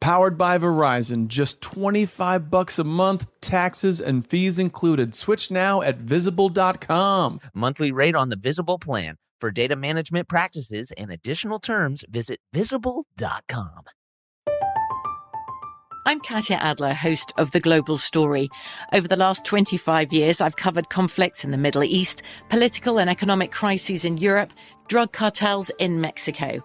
powered by Verizon. Just 25 bucks a month, taxes and fees included. Switch now at visible.com. Um, Monthly rate on the Visible plan. For data management practices and additional terms, visit visible.com. I'm Katya Adler, host of The Global Story. Over the last 25 years, I've covered conflicts in the Middle East, political and economic crises in Europe, drug cartels in Mexico.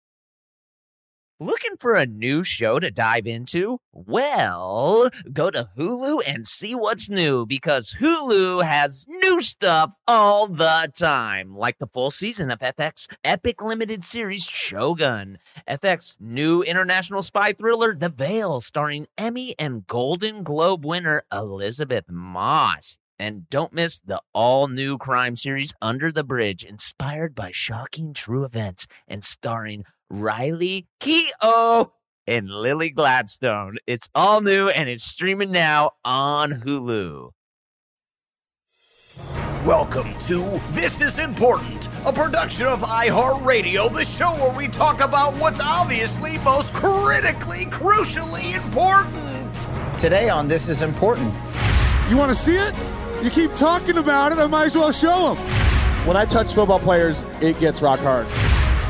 Looking for a new show to dive into? Well, go to Hulu and see what's new because Hulu has new stuff all the time, like the full season of FX epic limited series Shogun, FX new international spy thriller The Veil, starring Emmy and Golden Globe winner Elizabeth Moss. And don't miss the all new crime series Under the Bridge, inspired by shocking true events and starring Riley Keough and Lily Gladstone. It's all new and it's streaming now on Hulu. Welcome to This Is Important, a production of iHeartRadio, the show where we talk about what's obviously most critically, crucially important. Today on This Is Important. You want to see it? You keep talking about it, I might as well show them. When I touch football players, it gets rock hard.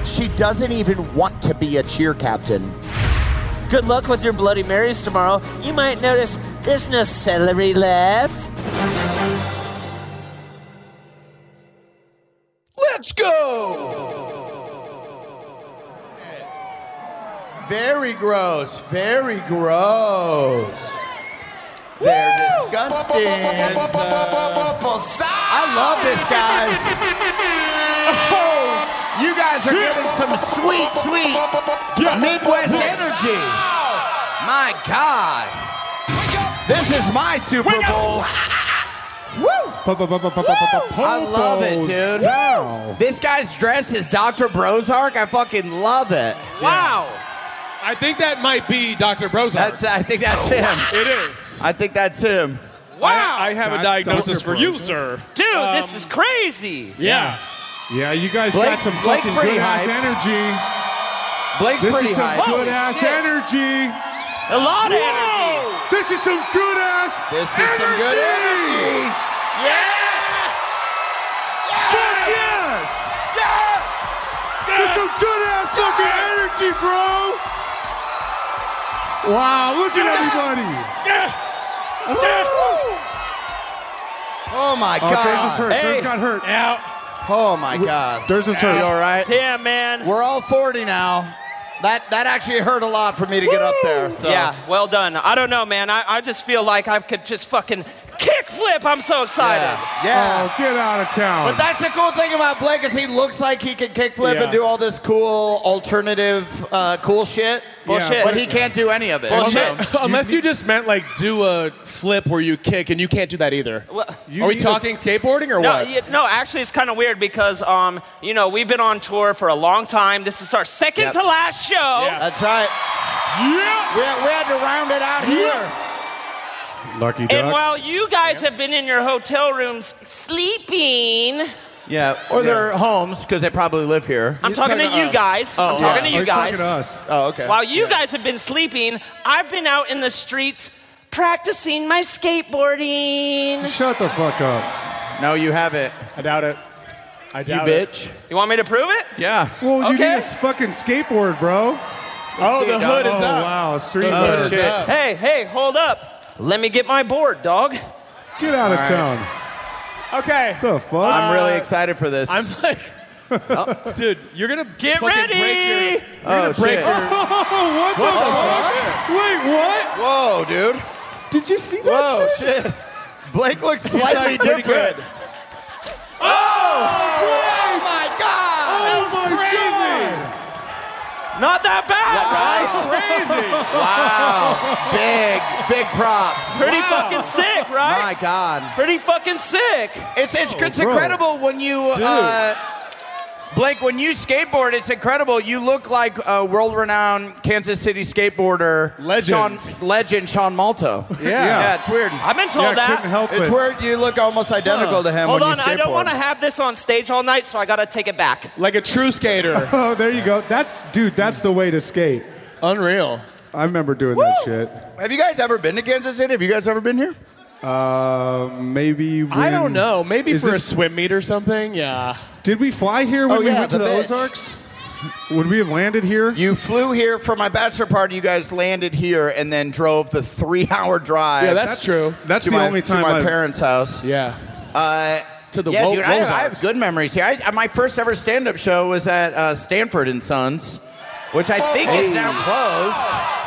She doesn't even want to be a cheer captain. Good luck with your Bloody Marys tomorrow. You might notice there's no celery left. Let's go! Very gross. Very gross. They're disgusting. I love this, guys. Oh, you guys are giving some sweet, sweet Midwest energy. My God. This is my Super Bowl. Woo! I love it, dude. This guy's dress is Dr. Brozark. I fucking love it. Wow. I think that might be Dr. Brozart. That's, I think that's him. it is. I think that's him. Wow. I, I have a diagnosis for you, sir. Dude, this is crazy. Yeah. Yeah, you guys Blake- got some Blake's fucking pretty good ass hyped. energy. Blake's This pretty is some hype. good ass shit. energy. A lot of energy. This is some good ass Um, This is energy. some good energy. Fuck yes. This is some good ass fucking energy, bro. Wow, look at everybody. Oh my Oh, Thurs god. is hurt. Thurs got hurt. Oh my god. Thurs is hurt. You all right? Damn, man. We're all 40 now. That that actually hurt a lot for me to get up there. So Yeah, well done. I don't know, man. I, I just feel like I could just fucking kickflip. I'm so excited. Yeah. yeah. Oh, get out of town. But that's the cool thing about Blake is he looks like he can kickflip Yeah. and do all this cool alternative uh, cool shit. Bullshit. But he can't do any of it. Bullshit. So- Unless you just meant like do a flip where you kick, and you can't do that either. Are we need a- talking skateboarding or No, what? y no, actually, it's kind of weird because, um, you know, we've been on tour for a long time. This is our second Yep. to last show. That's right. Yeah. We, we had to round it out here. Lucky ducks. And while you guys have been in your hotel rooms sleeping, Yeah. Or their homes because they probably live here. I'm talking, to, you guys. Oh, I'm talking to yeah. Oh, you he's guys. talking to us. Oh, okay. While you guys have been sleeping, I've been out in the streets practicing my skateboarding. Shut the fuck up. No, you haven't. I doubt it. I doubt you it. bitch. You want me to prove it? Yeah. Well, you Okay. need a fucking skateboard, bro. Oh, the hood is oh, up. Wow, street Oh, hood is shit. up. Hey, hey, hold up. Let me get my board, dog. Get out of All right. town. Okay. The fuck? I'm really excited for this. I'm like, dude, you're gonna Get fucking ready. Break your, you're gonna Oh, break shit. your. what the Wait, what? Whoa, dude. Did you see that Whoa, shit? shit. Blake looks slightly pretty different. good. Oh my god! Oh my Not that bad, right? crazy! Wow. big, big props. Pretty fucking sick, right? My god. Pretty fucking sick. It's it's, it's Oh, bro. incredible when you Dude. uh Blake, when you skateboard, it's incredible. You look like a world-renowned Kansas City skateboarder, Legend. Shawn, legend Sean Malto. Yeah, yeah, it's weird. I've been told yeah, that. couldn't help It's it. weird. You look almost identical to him Hold when on, you skateboard. I don't want to have this on stage all night, so I gotta take it back. Like a true skater. Oh, there you go. That's dude. That's the way to skate. Unreal. I remember doing that shit. Have you guys ever been to Kansas City? Have you guys ever been here? Uh, maybe when, I don't know. Maybe Is for this- a swim meet or something. Yeah. Did we fly here when Oh, we yeah, went to the the, bitch. Ozarks? Would we have landed here? You flew here for my bachelor party. You guys landed here and then drove the three-hour drive. Yeah, that's, true. That's to the my, only to time my I've- parents' house. Yeah. Uh, To the yeah, Wo- dude, I, I have Wozarks. good memories here. I, I- my first ever stand-up show was at uh, Stanford and Sons, which I think is now closed.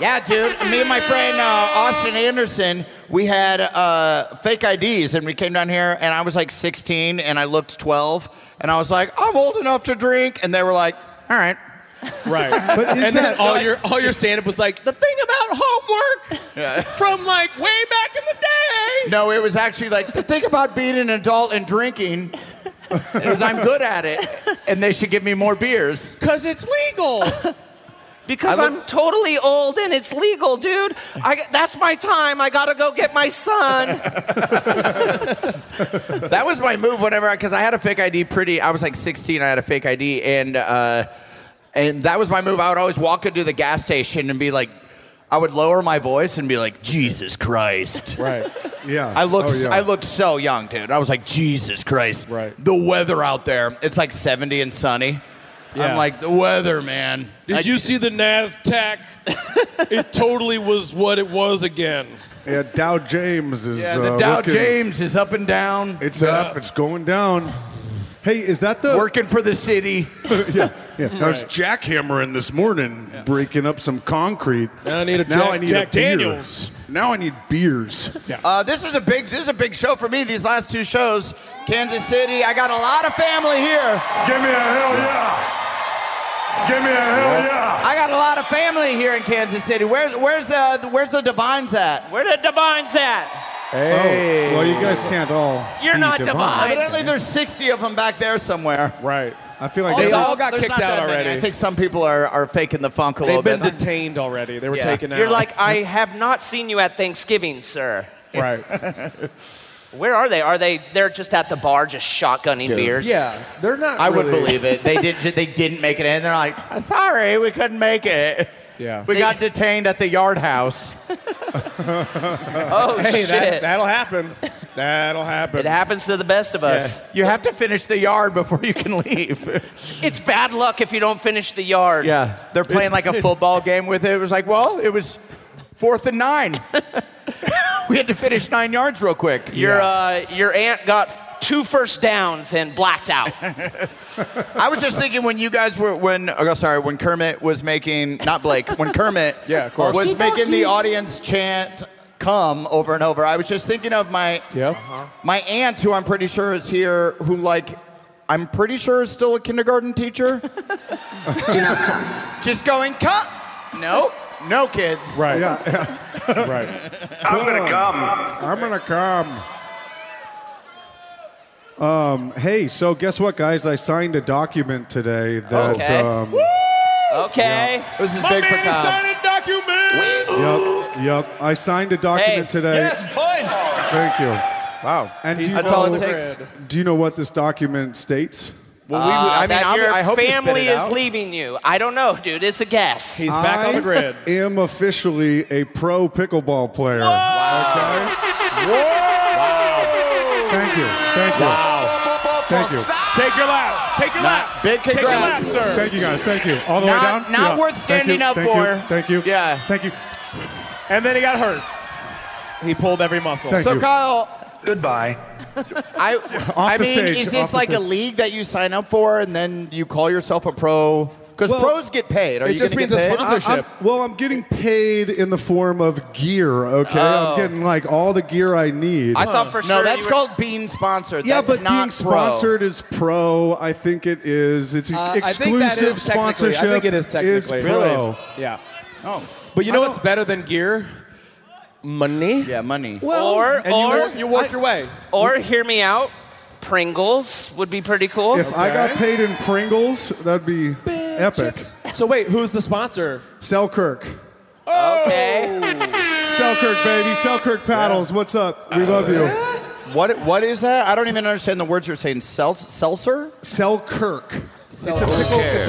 Yeah, dude, me and my friend uh, Austin Anderson, we had uh, fake IDs, and we came down here, and I was like 16, and I looked 12, and I was like, I'm old enough to drink, and they were like, all right. Right. But is and then that- all your all your stand up was like the thing about homework from like way back in the day. No, it was actually like the thing about being an adult and drinking is I'm good at it, and they should give me more beers. Cause it's legal. Because I I'm totally old and it's legal, dude. I, that's my time. I gotta go get my son. That was my move whenever because I, had a fake ID. Pretty, I was like 16. I had a fake ID, and uh, and that was my move. I would always walk into the gas station and be like, I would lower my voice and be like, Jesus Christ. right. Yeah. I looked, Oh, yeah. I looked so young, dude. I was like, Jesus Christ. Right. The weather out there, it's like 70 and sunny. Yeah. I'm like, the weather, man. Did I- you see the Nasdaq? it totally was what it was again. Yeah, Dow James is. Yeah, the uh, Dow looking- James is up and down. It's up. It's going down. Hey, is that the? working for the city. yeah, yeah. I was jackhammering this morning, breaking up some concrete. Now I need a now Jack- I need Jack a beer. Daniels. Now I need beers. Uh, this is a big this is a big show for me. These last two shows, Kansas City. I got a lot of family here. Give me a hell yeah. Give me a hell yeah. I got a lot of family here in Kansas City. Where's where's the the- where's the divines at? Where the divine's at? Oh, well, you guys can't all. You're be not divine. Evidently, there's 60 of them back there somewhere. Right. I feel like They Also, that- all got there's kicked not that out many. already. I think some people are, are faking the funk a little They've been bit. detained already. They were Yeah. taken out. You're like, uh, I have not seen you at Thanksgiving, sir. right. Where are they? Are they? They're just at the bar, just shotgunning beers. yeah. They're not. I would really- believe it. They did. They didn't make it in. They're like, sorry, we couldn't make it. Yeah. We got detained at the yard house. Oh Hey, shit! that, that'll happen. That'll happen. it happens to the best of us. You have to finish the yard before you can leave. It's bad luck if you don't finish the yard. Yeah, they're playing like a football game with it. It was like, well, it was fourth and nine. we had to finish nine yards real quick. Your uh, your aunt got two first downs and blacked out. I was just thinking when you guys were when oh, sorry when Kermit was making not Blake when Kermit Yeah, of course. was making the audience chant come over and over. I was just thinking of my uh-huh. Yeah. my aunt who I'm pretty sure is here who like. I'm pretty sure is still a kindergarten teacher. Just going, come. Nope. No kids. Right. Yeah, yeah. Right. I'm gonna come. I'm gonna come. Um, hey, so guess what, guys? I signed a document today that. Okay. Um, Okay. This is big for Kyle. Yep, yep. I signed a document Hey. today. points. Thank you. Wow. And do you, That's all know, it takes. do you know what this document states? Well, we would- I mean, that I would- your I hope you spit family it is out. leaving you. I don't know, dude. It's a guess. I am officially a pro pickleball player. Okay. Thank you. Thank you. Wow. Thank you. Take your lap. Take your lap. Big Take your lap, sir. Thank you guys. Thank you. All the Not- way down. not worth Thank you. standing up Thank you. for. Thank you. Yeah. Thank you. And then he got hurt. He pulled every muscle. Thank so you. Kyle, Goodbye. I I the mean, stage, is off this the like a stage. league that you sign up for and then you call yourself a pro? Because Well, pros get paid. Are you going to get paid? I- I'm- well, I'm getting paid in the form of gear. Okay, Oh. I'm getting like all the gear I need. I thought for sure. No, that's called being sponsored. Yeah, That's but not being pro. sponsored is pro. I think it is. It's Uh, I think exclusive that is technically- sponsorship. I think it is technically. pro. Really? Yeah. Oh. But you know what's better than gear? Money. Yeah, money. Well, or and you or work- you work your way. Or hear me out. Pringles would be pretty cool. If I got paid in Pringles, that'd be epic. So wait, who's the sponsor? Selkirk. Okay. Selkirk, baby. Selkirk paddles. What's up? Uh, We love you. What What is that? I don't even understand the words you're saying. Sel- seltzer? Selkirk. It's a pickle. It's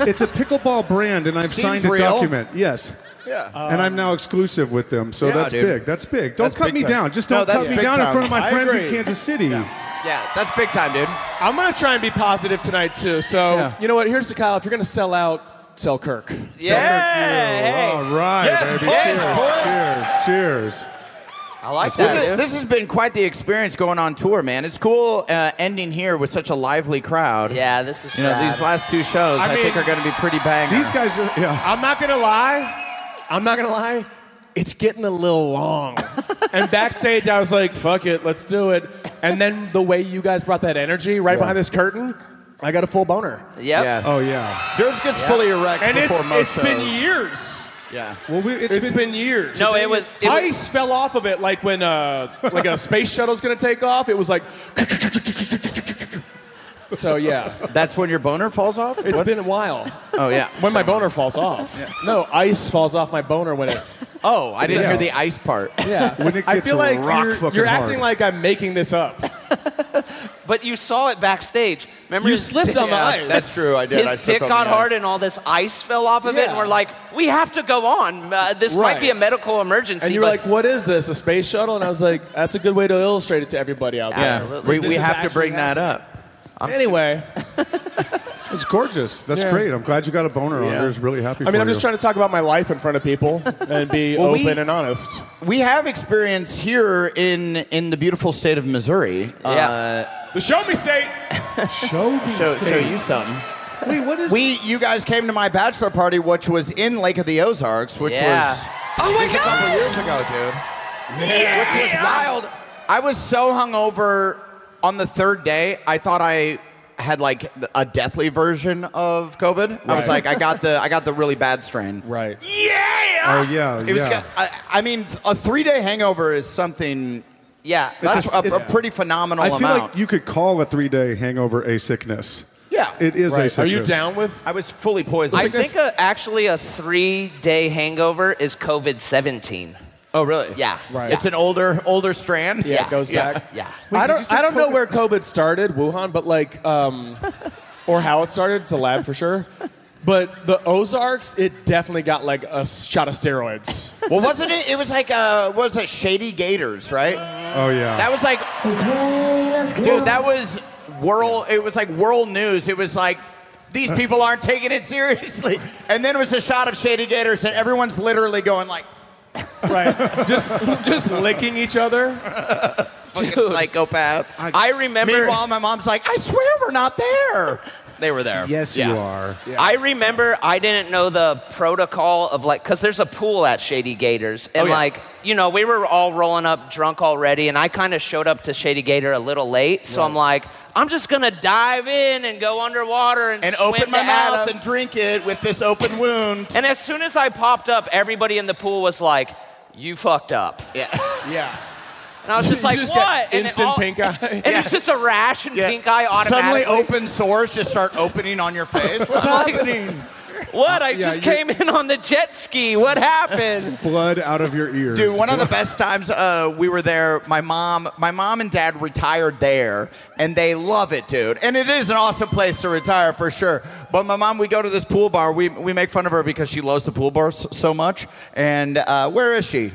a, it's a pickleball brand, and I've Seems signed a real. document. Yes. Yeah. and I'm now exclusive with them, so Yeah, that's dude. big. That's big. Don't That's cut big me time. down. Just No, don't that's cut me big down in time. front of my I friends in agree. Kansas City. Yeah, that's big time, dude. I'm gonna try and be positive tonight too. So you know what? Here's to Kyle. If you're gonna sell out, sell Kirk. Yeah. All right, Yes, baby. boys. Cheers. Cheers. Cheers. I like Well, that. thi- dude. this has been quite the experience going on tour, man. It's cool uh, ending here with such a lively crowd. Yeah, this is You know, rad. these last two shows, I I, think, mean- are going to be pretty bang. These guys are. Yeah. I'm not gonna lie. I'm not gonna lie. It's getting a little long. and backstage, I was like, "Fuck it, let's do it." And then the way you guys brought that energy right behind this curtain, I got a full boner. Yeah. Oh yeah. Yours gets fully erect and before it's, most it's been shows. years. Yeah. Well, we, it's been, years. No, it was- it was- ice fell off of it like when uh, like a space shuttle's gonna take off. It was like. so yeah, That's when your boner falls off. it's been a while. Oh yeah. When my boner falls off. No, ice falls off my boner when it. Oh, I didn't Yeah. hear the ice part. Yeah. When it I gets feel like rock you're, fucking you're hard. acting like I'm making this up. But you saw it backstage. Remember, You his slipped dick- on the Yeah, ice. that's true, I did. His I dick slipped on got the hard, ice. and all this ice fell off of it. And Yeah. we're like, we have to go on. Uh, this Right. might be a medical emergency. And you're but like, what is this? A space shuttle? And I was like, that's a good way to illustrate it to everybody out there. Absolutely. We- This we is have to actually bring that happening. up. anyway, It's gorgeous. That's Yeah. great. I'm glad you got a boner on. Yeah. I was really happy. I mean, for I'm just you. trying to talk about my life in front of people and be Well, we- open and honest. We have experience here in in the beautiful state of Missouri. Uh, Yeah. The Show Me State. show me show, show state. you something. Wait, what is? We you guys came to my bachelor party, which was in Lake of the Ozarks, which Yeah. was oh my a couple years ago, dude. Which was wild. I was so hungover on the third day. I thought I had like a deathly version of COVID. I was Right. like, I got the I got the really bad strain. Right. Oh yeah. It was. yeah. got- I, I mean, a three day hangover is something. Yeah, that's a- a, a it- pretty phenomenal I feel amount. like you could call a three day hangover a sickness. yeah. It is a sickness. with? I was fully poisoned. I think a, actually a three-day hangover is COVID seventeen. Oh, really? Yeah. Right. It's an older older strand. Yeah, it goes yeah, back. Yeah. I don't, I don't know where COVID started, Wuhan, but like, um, or how it started. It's a lab for sure. But the Ozarks, it definitely got like a shot of steroids. Well, wasn't it? It was like uh, what was it Shady Gators, right? Oh yeah. That was like, dude, that was world. It was like world news. It was like these people aren't taking it seriously. And then it was a shot of Shady Gators, and everyone's literally going like, right? Just just licking each other. Fucking psychopaths. I remember- Meanwhile, my mom's like, I swear we're not there. They were there. Yes, you are. I remember I didn't know the protocol of like, because there's a pool at Shady Gators. And Oh, yeah. like, you know, we were all rolling up drunk already. And I kind of showed up to Shady Gator a little late. So I'm like, I'm just going to dive in and go underwater and, And swim open my to mouth Adam. and drink it with this open wound. And as soon as I popped up, everybody in the pool was like, you fucked up. Yeah. Yeah. And I was just You like, just get what? And it instant all- pink eye. And Yeah. it's just a rash and Yeah. pink eye automatically. Suddenly, open sores just start opening on your face. What's I'm like, happening? What? I Yeah, just you- came in on the jet ski. What happened? Blood out of your ears. Dude, one of the best times uh, we were there, my mom, my mom and dad retired there, and they love it, dude. And it is an awesome place to retire for sure. But my mom, we go to this pool bar. We we make fun of her because she loves the pool bar s- so much. And uh, where is she?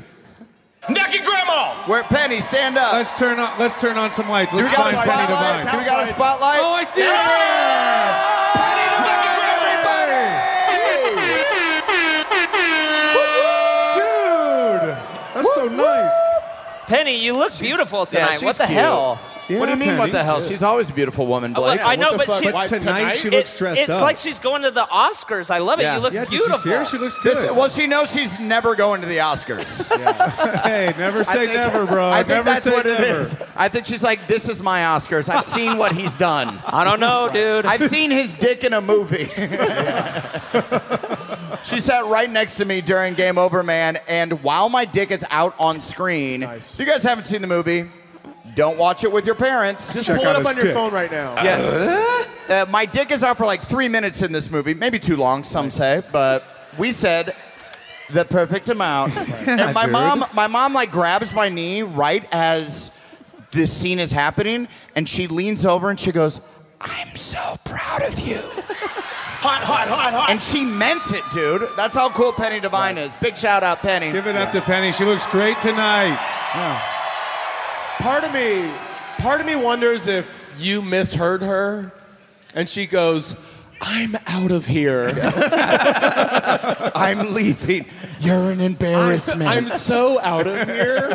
Nucky Grandma! Where Penny? Stand up. Let's turn on. Let's turn on some lights. Let's we got a find Penny spotlight? Divine. Do we got a spotlight? Oh, I see her friends! Penny Devine, everybody! Dude, that's so nice. Penny, you look beautiful tonight. what the hell? what do you mean? What the hell? She's always a beautiful woman, Well, Blake. I know, but, she, it- It's like she's going to the Oscars. I love it. Yeah. You look Yeah, did you see beautiful. her? She looks This- well, she knows she's never going to the Oscars. hey, never say never, bro. I think Never that's say what it never. is. I think she's like, this is my Oscars. I've seen what he's done. I don't know, dude. I've seen his dick in a movie. she sat right next to me during Game Over Man, and while my dick is out on screen, if you guys haven't seen the movie, don't watch it with your parents. Just pull it up on your phone right now. Yeah. Uh, my dick is out for like three minutes in this movie, maybe too long, some say, but we said the perfect amount. and my Dude. mom, my mom like grabs my knee right as the scene is happening, and she leans over and she goes, "I'm so proud of you." Hot, hot, hot, hot. And she meant it, dude. That's how cool Penny Divine is. Big shout out, Penny. Give it up to Penny. She looks great tonight. Part of me, part of me wonders if you misheard her, and she goes, "I'm out of here. I'm leaving. You're an embarrassment. I'm so out of here."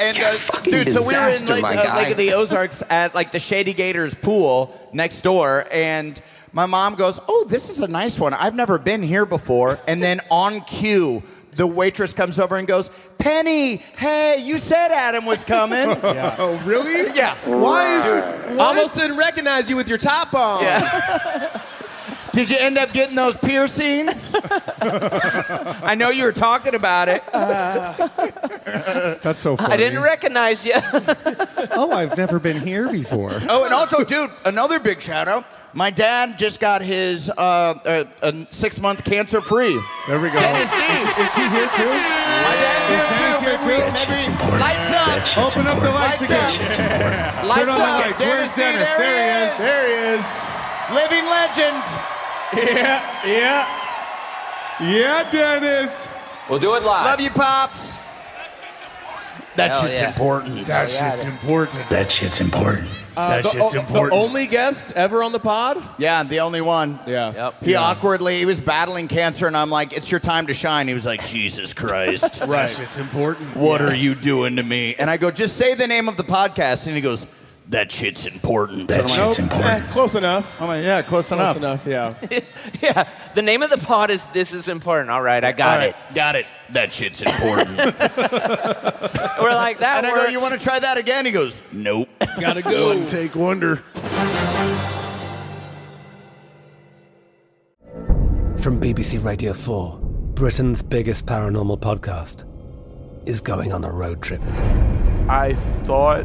and uh, dude, so we were in disaster, Lake, my uh, guy. Lake of the Ozarks at like the Shady Gators pool next door, and my mom goes, "Oh, this is a nice one. I've never been here before." And then on cue. The waitress comes over and goes, Penny, hey, you said Adam was coming. Oh, really? Yeah. Why is she? Almost didn't recognize you with your top on. Did you end up getting those piercings? I know you were talking about it. That's so funny. I didn't recognize you. oh, I've never been here before. Oh, and also, dude, another big shout out. My dad just got his uh, uh, uh, six month cancer free. There we go. Uh, Is, is he here too? My dad's here too. Dennis here too. Lights up. Open up the lights again. Lights Turn on the up. lights. Where's Dennis D, Dennis? there he There he is. is. There he is. Living legend. Yeah, yeah. Yeah, Dennis. We'll do it live. Love you, Pops. That shit's important. That Hell yeah, shit's dude. important. That shit's important. Uh, that the shit's o- important. The only guest ever on the pod. Yeah, the only one. Yeah. He awkwardly, he was battling cancer, and I'm like, it's your time to shine. He was like, Jesus Christ. That shit's important. What are you doing to me? And I go, just say the name of the podcast. And he goes, that shit's important. That So I'm like, shit's "Nope." important. Eh, Close enough. I'm like, yeah, close, Close enough. Yeah. yeah. The name of the pod is This Is Important. All right, I got All right, it. Got it. That shit's important. We're like, that and I go, works. you want to try that again? He goes, nope. Gotta go. One take wonder. From BBC Radio 4, Britain's biggest paranormal podcast is going on a road trip. I thought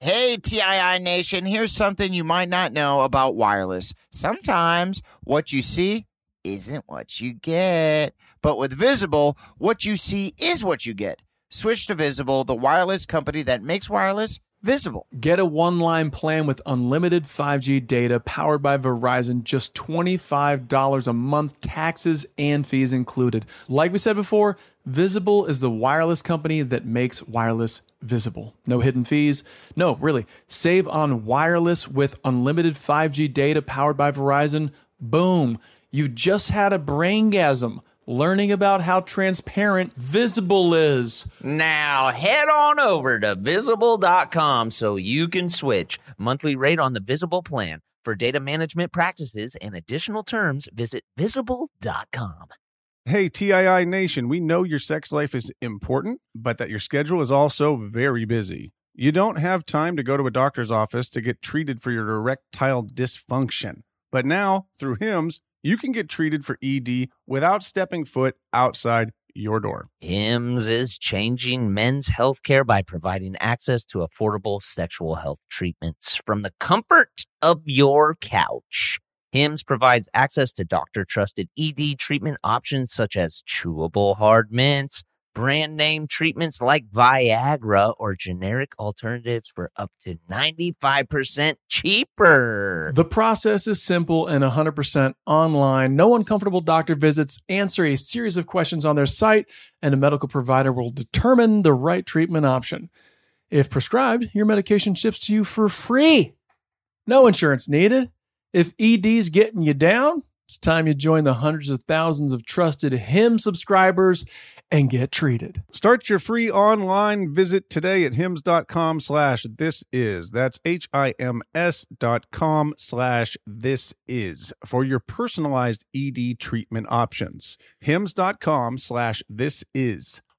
Hey, TII Nation, here's something you might not know about wireless. Sometimes what you see isn't what you get. But with Visible, what you see is what you get. Switch to Visible, the wireless company that makes wireless visible. Get a one line plan with unlimited 5G data powered by Verizon, just $25 a month, taxes and fees included. Like we said before, Visible is the wireless company that makes wireless visible. No hidden fees. No, really. Save on wireless with unlimited 5G data powered by Verizon. Boom. You just had a braingasm learning about how transparent Visible is. Now head on over to visible.com so you can switch. Monthly rate on the visible plan. For data management practices and additional terms, visit visible.com. Hey, TII Nation, we know your sex life is important, but that your schedule is also very busy. You don't have time to go to a doctor's office to get treated for your erectile dysfunction. But now, through HIMS, you can get treated for ED without stepping foot outside your door. HIMS is changing men's healthcare by providing access to affordable sexual health treatments from the comfort of your couch. HIMS provides access to doctor trusted ED treatment options such as chewable hard mints, brand name treatments like Viagra, or generic alternatives for up to 95% cheaper. The process is simple and 100% online. No uncomfortable doctor visits. Answer a series of questions on their site, and a medical provider will determine the right treatment option. If prescribed, your medication ships to you for free. No insurance needed. If ED's getting you down, it's time you join the hundreds of thousands of trusted HIM subscribers and get treated. Start your free online visit today at hymns.com slash this is. That's H-I-M-S dot com slash this is for your personalized ED treatment options. Hymns.com slash this is.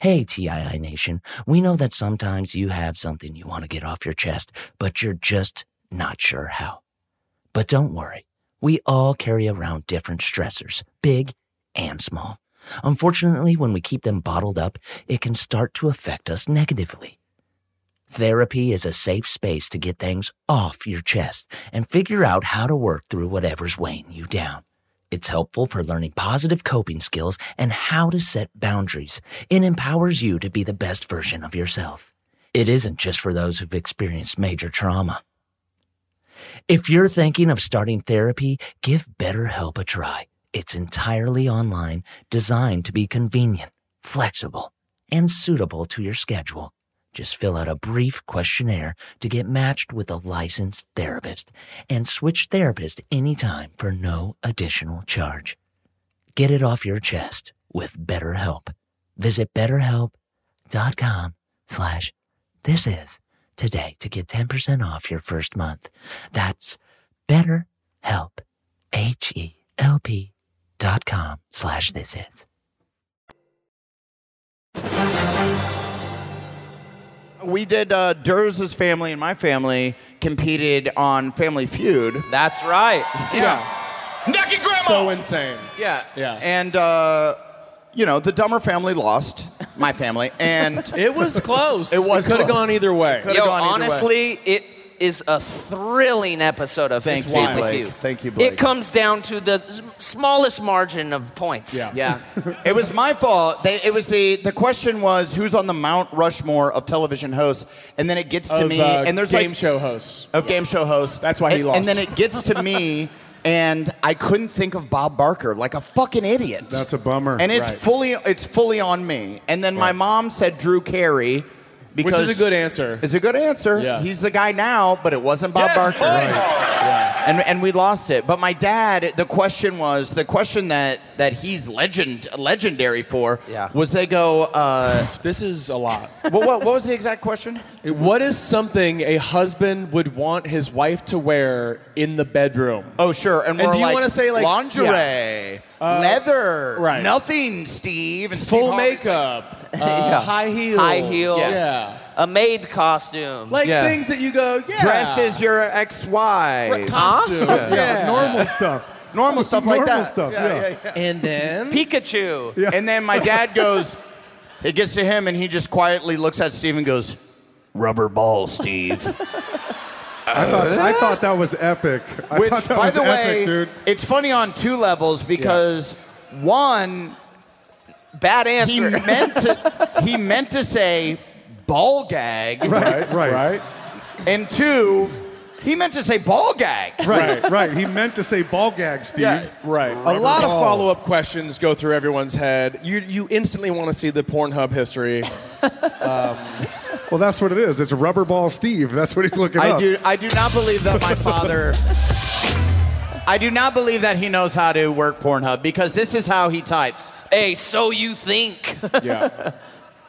Hey, TII Nation, we know that sometimes you have something you want to get off your chest, but you're just not sure how. But don't worry, we all carry around different stressors, big and small. Unfortunately, when we keep them bottled up, it can start to affect us negatively. Therapy is a safe space to get things off your chest and figure out how to work through whatever's weighing you down. It's helpful for learning positive coping skills and how to set boundaries. It empowers you to be the best version of yourself. It isn't just for those who've experienced major trauma. If you're thinking of starting therapy, give BetterHelp a try. It's entirely online, designed to be convenient, flexible, and suitable to your schedule. Just fill out a brief questionnaire to get matched with a licensed therapist and switch therapist anytime for no additional charge. Get it off your chest with BetterHelp. Visit betterhelp.com slash this is today to get 10% off your first month. That's betterhelp, H-E-L-P dot com slash this is. We did uh, Durz's family and my family competed on Family Feud. That's right. Yeah. Naked grandma. So insane. Yeah. Yeah. And uh, you know, the Dumber family lost. My family and it was close. It was. It could've close. gone either way. It could've Yo, gone either way. honestly, it is a thrilling episode of Thank you, Family Blake. Feud. Thank you, Blake. It comes down to the s- smallest margin of points. Yeah. it was my fault. They, it was the the question was who's on the Mount Rushmore of television hosts, and then it gets to Of, me, uh, and there's game like show hosts. of game show hosts. That's why he and, lost. And then it gets to me, and I couldn't think of Bob Barker, like a fucking idiot. That's a bummer. and it's Right. fully it's fully on me. And then my mom said Drew Carey. Which Because is a good answer. It's a good answer. Yeah. He's the guy now, but it wasn't Bob Barker. And, and we lost it. But my dad, the question was the question that, that he's legend legendary for was they go, uh, This is a lot. what, what, what was the exact question? What is something a husband would want his wife to wear in the bedroom? Oh, sure. And, we're do you like, want to say like Uh, lingerie, Uh, leather, right. nothing, Steve, and Full Steve Harvey's makeup, like- uh, high heels, High heels. Yes. A maid costume. like Yeah. things that you go, yeah, dressed as your ex-wife, costume. Huh? Yeah. normal stuff. normal stuff like Normal that. stuff, yeah. And then Pikachu. And then my dad goes, it gets to him, and he just quietly looks at Steve and goes, rubber ball, Steve. I thought I thought that was epic. I Which, thought that by was the way, epic, dude. it's funny on two levels because one, Bad he answer. meant to, he meant to say ball gag, Right, right. and two, He meant to say ball gag. Right, right. He meant to say ball gag, Steve. Right. A lot of follow up questions go through everyone's head. You, you instantly want to see the Pornhub history. Um, Well, that's what it is. It's rubber ball Steve. That's what he's looking I up. do. I do not believe that my father. I do not believe that he knows how to work Pornhub because this is how he types. Hey, so you think? Yeah.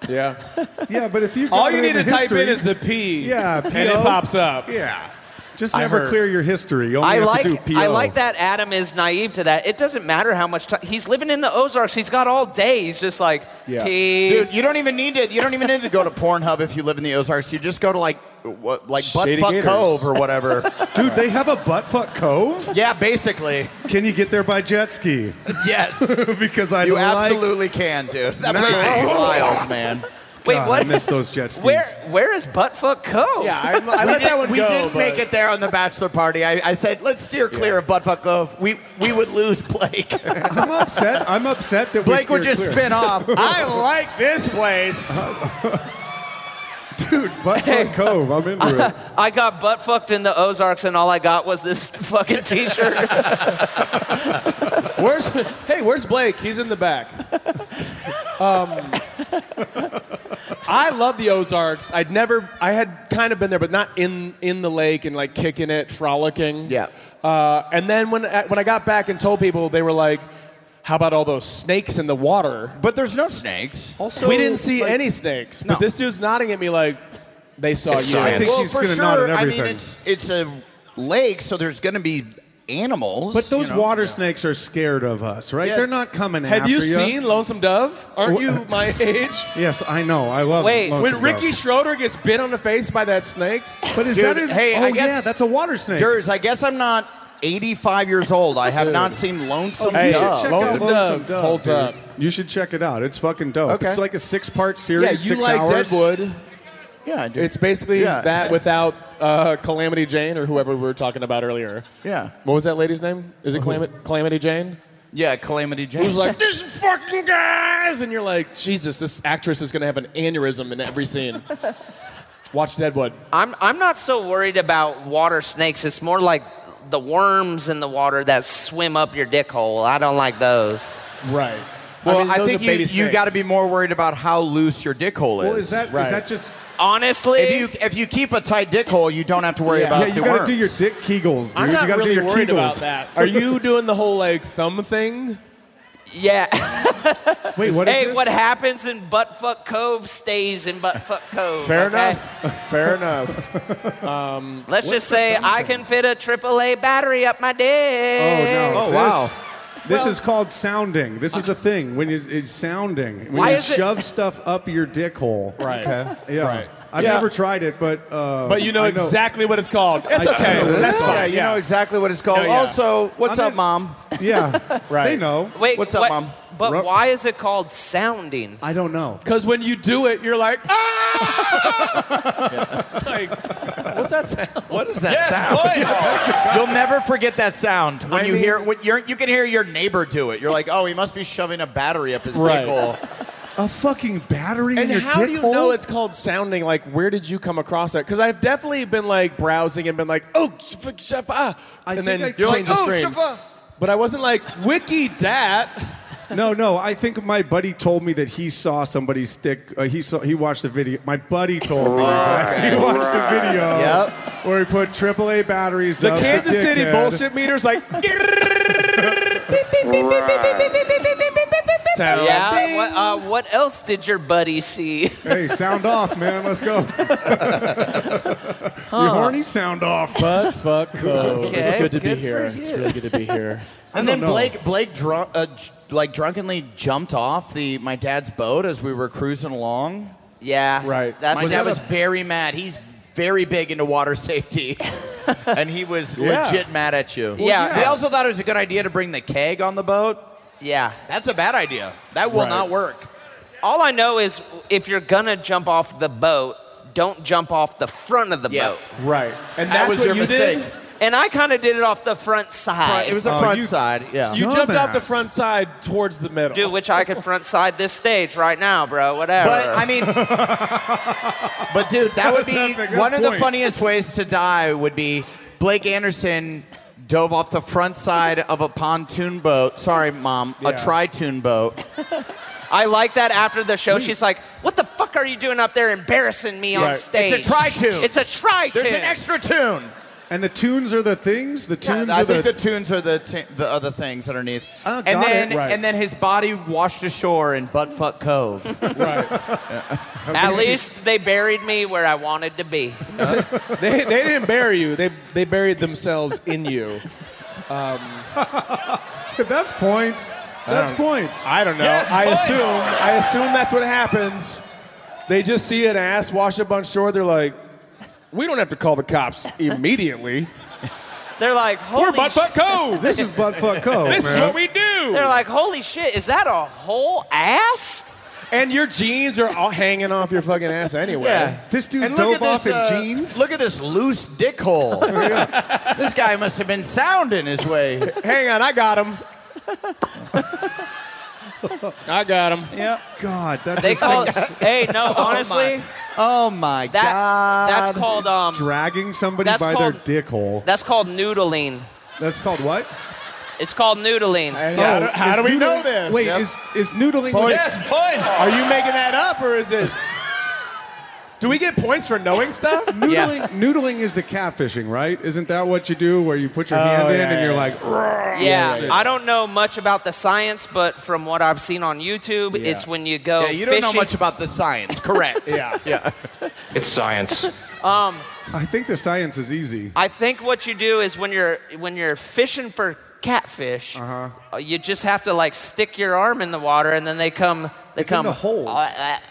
Yeah. Yeah, but if you All you need to type in is the P. Yeah, and PO. it pops up. Yeah. Just I never heard. clear your history. You only I have like to do PO. I like that Adam is naive to that. It doesn't matter how much time he's living in the Ozarks. He's got all day. He's just like, yeah. Dude, you don't even need to. You don't even need to go to Pornhub if you live in the Ozarks. You just go to like what, like Shady Buttfuck Gators. Cove or whatever. Dude, they have a buttfuck cove? Yeah, basically. Can you get there by jet ski? Yes. because I you like- absolutely can, dude. That Nice. place is wild, man. Wait, God, what? I miss those jet skis. Where where is Buttfuck Cove? Yeah, we did, we did make it there on the bachelor party. I, I said, let's steer clear of Buttfuck Cove. We we would lose Blake. I'm upset. I'm upset that Blake we would steered just clear. spin off. I like this place. Dude, Buttfuck Cove. I'm into it. I got butt fucked in the Ozarks, and all I got was this fucking T-shirt. Where's Hey, where's Blake? He's in the back. Um, I love the Ozarks. I'd never I had kind of been there, but not in in the lake and like kicking it, frolicking. Yeah. Uh, and then when I- when I got back and told people, they were like, "How about all those snakes in the water?" But there's no snakes. Also, we didn't see any snakes. But this dude's nodding at me like they saw It's you. science. Well, for sure, I mean, it's, it's a lake, so there's going to be animals. But those you know? water snakes are scared of us, right? Yeah. They're not coming Have after you you. seen Lonesome Dove? Aren't Wha- you my age? Yes, I know. I love Wait, Lonesome when Ricky Dove. Schroeder gets bit on the face by that snake? But is Dude, that in, hey, oh I guess- yeah, that's a water snake. Durs, I guess I'm not 85 years old. I have not seen Lonesome Oh, you should Dove. check uh, Lonesome out Lonesome Dove Dove. holds dude. up. You should check it out. It's fucking dope. Okay. It's like a six-part series. Yeah, you six like hours. Deadwood. Yeah, I do. It's basically Yeah. that without uh, Calamity Jane or whoever we were talking about earlier. Yeah. What was that lady's name? Is it Calam- Calamity Jane? Yeah, Calamity Jane. Who's like, this fucking guys! And you're like, Jesus, this actress is going to have an aneurysm in every scene. Watch Deadwood. I'm I'm not so worried about water snakes. It's more like the worms in the water that swim up your dick hole. I don't like those. Right. Well, I, think you, you got to be more worried about how loose your dick hole is. Well, is that is that just? honestly? If you if you keep a tight dick hole, you don't have to worry Yeah, about you the gotta worms. do your dick kegels, dude. I'm you not gotta really do your worried kegels. about that. Are you doing the whole like thumb thing? Yeah. Wait, what is hey, this? what happens in Buttfuck Cove stays in Buttfuck Cove. Fair okay? enough. Fair enough. Um, Let's just say I can fit a AAA battery up my dick. Oh no! Oh This- wow. This is called sounding. This is a thing when you, it's sounding when Why you is it- shove stuff up your dick hole. Right. Okay. Yeah. Right. I've Yeah. never tried it, but uh, but you know, I exactly what it's called. It's I- okay. I know what That's it's fine. called. yeah, you know exactly what it's called. No, Oh, yeah. Also, what's I'm up, in- mom? Yeah. Right. They know. Wait, What's up, what- Mom? But Ru- why is it called sounding? I don't know. Because when you do it, you're like, ah! it's like, what's that sound? What is that Yes, sound? boys! You'll never forget that sound when I you mean- hear when you're, you can hear your neighbor do it. You're like, oh, he must be shoving a battery up his Right. dick hole. A fucking battery in And your how dick do you hole? know it's called sounding? Like, where did you come across that? Because I've definitely been like browsing and been like, oh, shafa, shafa. I and think then I you're like, changed the oh, screen. shafa. But I wasn't like, wiki dat. No, no. I think my buddy told me that he saw somebody stick. Uh, he saw. He watched the video. My buddy told me. that he watched the video. Yep. Where he put AAA batteries. The up Kansas the City dickhead. bullshit meter's like, sound. Yeah. What, uh, what else did your buddy see? Hey, sound off, man. Let's go. Your horny sound off. But fuck Cove. Okay, Oh, it's good to good for be here. It's you. really good to be here. And then don't know. Blake Blake drunk uh, j- like drunkenly jumped off the my dad's boat as we were cruising along. yeah. Right. That's my dad just- was very mad. He's very big into water safety. and he was Yeah. legit mad at you. Yeah. They also thought it was a good idea to bring the keg on the boat. yeah. That's a bad idea. That will Right. not work. All I know is if you're gonna jump off the boat, don't jump off the front of the Yeah. boat. Right. And That that's was what your you mistake. did. And I kind of did it off the front side. Uh, It was the Oh, front you- side. Yeah. You jumped out the Dumbass. front side towards the middle. Dude, which I could front side this stage right now, bro. Whatever. But I mean, but dude, that would That's be epic. That's one of the points. funniest ways to die. Would be Blake Anderson dove off the front side of a pontoon boat. Sorry, mom, a Yeah. tri-tune boat. I like that after the show. She's like, "What the fuck are you doing up there, embarrassing me on Right. stage?" It's a tri-tune. It's a tri tune. There's an extra tune. And the tunes are the things. The tunes I are the. think the, tunes are the t- the other things underneath. Oh, and got it. then Right. and then his body washed ashore in Buttfuck Cove. At least they buried me where I wanted to be. they, they didn't bury you. They they buried themselves in you. Um, that's points. That's points. I don't know. Yes, I points. assume I assume that's what happens. They just see an ass wash up on shore. They're like, we don't have to call the cops immediately. They're like, We're "Holy butt fuck shit." cove. This is butt fuck cove, this is man. what we do. They're like, "Holy shit! Is that a whole ass?" And your jeans are all hanging off your fucking ass anyway. Yeah. This And look at this, uh, Look at this loose dick hole. this guy must have been sounding his way. Hang on, I got him. I got him. Yeah. God, that's They just call so- it- hey, no, honestly, Oh my That- god. that's called, um, dragging somebody that's by their called- dick hole. that's called noodling. That's called what? It's called noodling. Oh, is noodling- Wait, is is noodling? points. Are you making that up or is it? Do we get points for knowing stuff? Noodling, noodling is the catfishing, right? Isn't that what you do, where you put your Oh, hand in yeah, and you're yeah. like, "Rrrr." Yeah, I don't know much about the science, but from what I've seen on YouTube, Yeah. it's when you go yeah, you don't know fishing- much about the science, correct? Yeah. yeah. It's science. Um, I think the science is easy. I think what you do is when you're when you're fishing for catfish, Uh-huh. uh, you just have to like stick your arm in the water, and then they come. They It's in come. the holes. uh,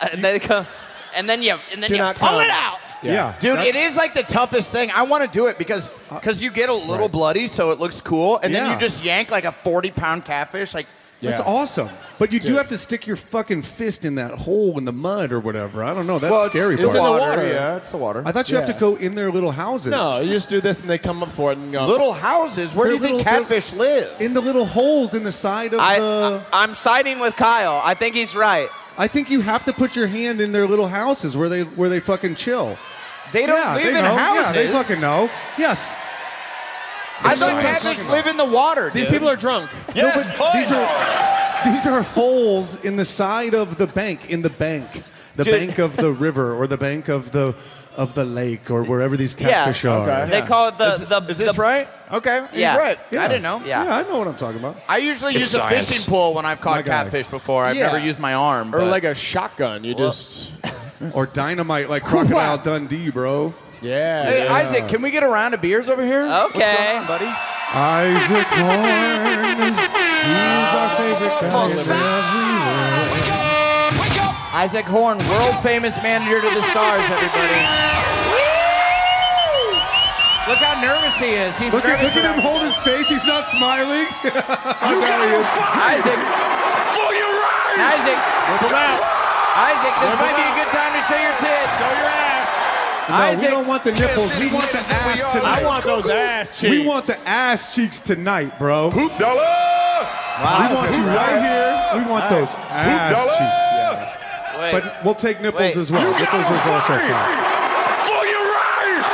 uh, uh, and they come. And then you and then Do you pull not come. it out. Dude, it is like the toughest thing. I want to do it because because you get a little bloody, so it looks cool, and then Uh, Yeah. you just yank like a forty pound catfish. Like That's awesome. But you do have to stick your fucking fist in that hole in the mud or whatever. I don't know. That's Well, it's- scary. it's part. in the water, yeah, it's the water. I thought you have Yeah. to go in their little houses. No, you just do this and they come up for it and go. little houses. Where do you They're think little- catfish live? in the little holes in the side of I, the. I I'm siding with Kyle. I think he's right. I think you have to put your hand in their little houses where they where they fucking chill. They don't yeah, live they in know. Yeah, they houses. fucking know. Yes. I It's thought science. catfish live in the water. These dude. people are drunk. Yes, these are these are holes in the side of the bank in the bank, the Dude. bank of the river or the bank of the of the lake or wherever these Yeah. catfish are. They call it the the. Is this right? Okay, he's Yeah. right. I didn't know. Yeah. I know what I'm talking about. I usually use It's a science. fishing pole when I've My caught guy. catfish before. I've never used my arm. Or but- like a shotgun. You just. Or dynamite like crocodile Dundee, bro. Yeah. Oh, Hey, dude. Isaac, can we get a round of beers over here? Okay. What's going on, buddy? Isaac Horn. He's our favorite guy in every world. Isaac Horn, world famous manager to the stars, everybody. Look how nervous he is. He's Look at, nervous. look at him hold his face. He's not smiling. you there he is. Isaac. For your right. Isaac. Whip him out. Isaac, this Whip him might be a good time to show your tits. Show your ass. No, we Isaac. don't want the nipples. We want the ass tonight. I want those ass cheeks. We want the ass cheeks tonight, bro. Hoop dollar. we want you right here. We want those ass dollar. cheeks. Wait. But we'll take nipples Wait. as well. Nipples is also fine. For your right.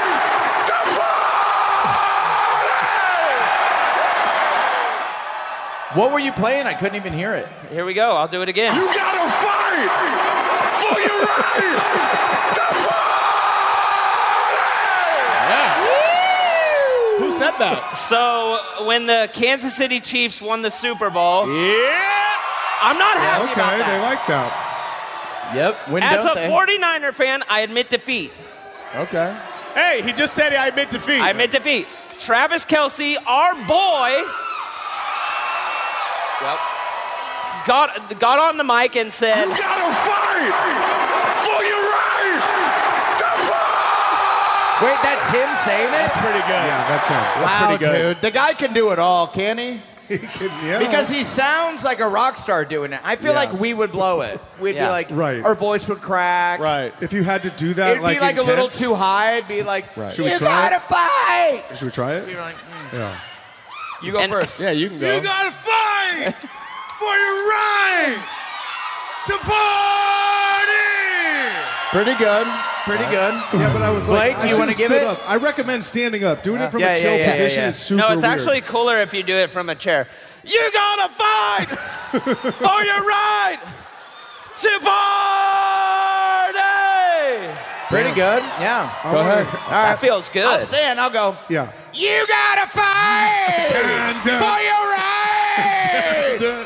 What were you playing? I couldn't even hear it. Here we go. I'll do it again. You gotta fight for your right. Who said that? So when the Kansas City Chiefs won the Super Bowl, yeah, I'm not happy Okay, about they that. like that. Yep. As a 49er fan, I admit defeat. Okay. Hey, he just said I admit defeat. I admit defeat. Travis Kelsey, our boy, Well, got got on the mic and said, you gotta fight for your right. Wait, that's him saying it? That's pretty good. Yeah, that's him. That's wow, pretty good. dude. The guy can do it all, can he? He can, yeah. Because he sounds like a rock star doing it. I feel Yeah. like we would blow it. We'd Yeah. be like, Right. our voice would crack. Right. If you had to do that, It'd like, be like a little intense- too high. It'd be like, Right. Should you we try it? gotta fight. Should we try it? We'd be like, Yeah. you go first. Yeah, you can go. gotta fight for your right to party. Pretty good. Pretty good. Yeah, but I was like, Blake, I do you should've want to give stood it? Up. I recommend standing up. Doing it from Yeah, a yeah, chill yeah, yeah, position yeah. is super no, it's weird. actually cooler if you do it from a chair. You're gonna fight for your right to party. Pretty good. Yeah. Go ahead. That feels good. I'll stand. I'll go. Yeah. You gotta fight for your right to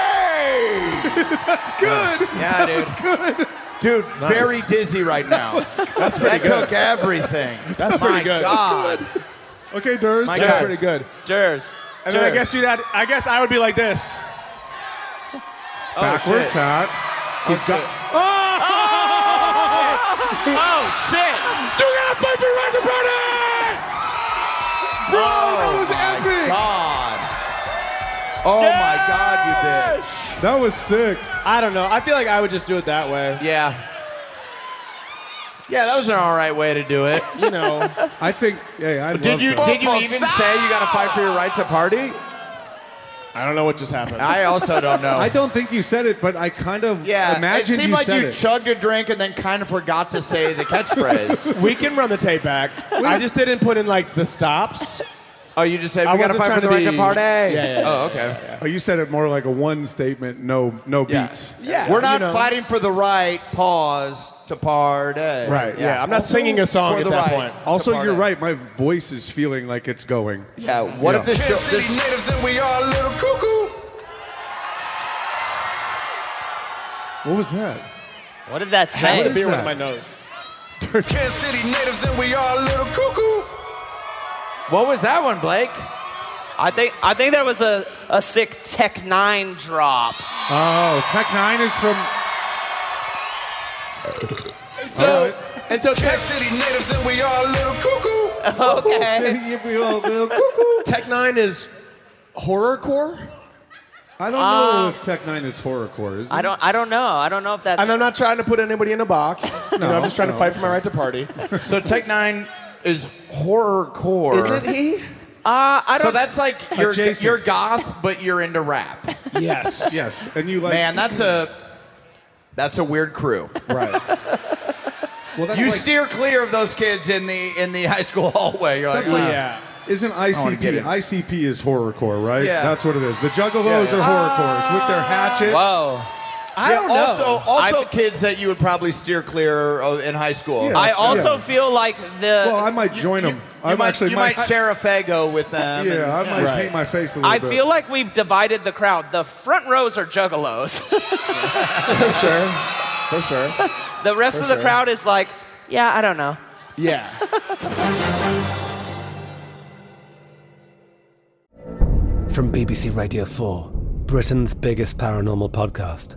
party. That's good. Yeah, dude. good. Dude, Nice. very dizzy right now. That was good. That's pretty that good. took everything. That's pretty My good. God. Okay, Durs. My That's God. pretty good. Durs. And then I Sure. guess you'd add, I guess I would be like this. Oh, Backwards, shit. huh? He's got. Oh shit! You gotta fight for your right to party! Bro, that was epic! Oh my God, you did. That was sick. I don't know. I feel like I would just do it that way. Yeah. Yeah, that was an all right way to do it. You know. I think. Yeah, I did you did you even say you got to fight for your right to party? I don't know what just happened. I also don't know. I don't think you said it, but I kind of Yeah, imagine it seemed you like said you it. chugged a drink and then kind of forgot to say the catchphrase. we can run the tape back. I just didn't put in like the stops. Oh, you just said I we gotta wasn't fight for trying the to right to be- party. Yeah, yeah, yeah, oh, okay. Oh, you said it more like a one statement, no, no beats. Yeah, we're not fighting for the right. Pause to party. Right. Also- for the right Also, to party. you're right. My voice is feeling like it's going. Yeah. What if this show? This, natives and we are a little cuckoo. What was that? What did that I say? had a beer with my nose. Kansas City natives and we are a little cuckoo. What was that one, Blake? I think I think that was a, a sick Tech Nine drop. Oh, Tech Nine is from. Oh, All So and so Kansas City natives and we are a little cuckoo. okay. Tech Nine is horrorcore. I don't know Um, if Tech Nine is horrorcore. Is I don't I don't know. I don't know if that's And I'm not trying to put anybody in a box. You know, I'm just trying no. to fight for my right to party. so Tech Nine is horror core. Isn't he? Uh, I don't. So that's like you're Adjacent. you're goth, but you're into rap. Yes. yes, and you like. Man, that's a that's a weird crew. right. Well, that's you like- steer clear of those kids in the in the high school hallway. You're like, That's like- "Wow." Isn't I wanna get ICP? it. ICP is horrorcore, right? Yeah. That's what it is. The Juggalos Yeah, yeah. are horrorcores with their hatchets. Whoa. I don't know. Also, also kids that you would probably steer clear of in high school. I also feel like the Well, I might join them. Uh, You I might, actually you might. might share a fago with them. yeah, and- I might Right. paint my face a little I bit. feel like we've divided the crowd. The front rows are juggalos. For sure. For sure. the rest For of the sure. crowd is like, yeah, I don't know. Yeah. From BBC Radio 4, Britain's biggest paranormal podcast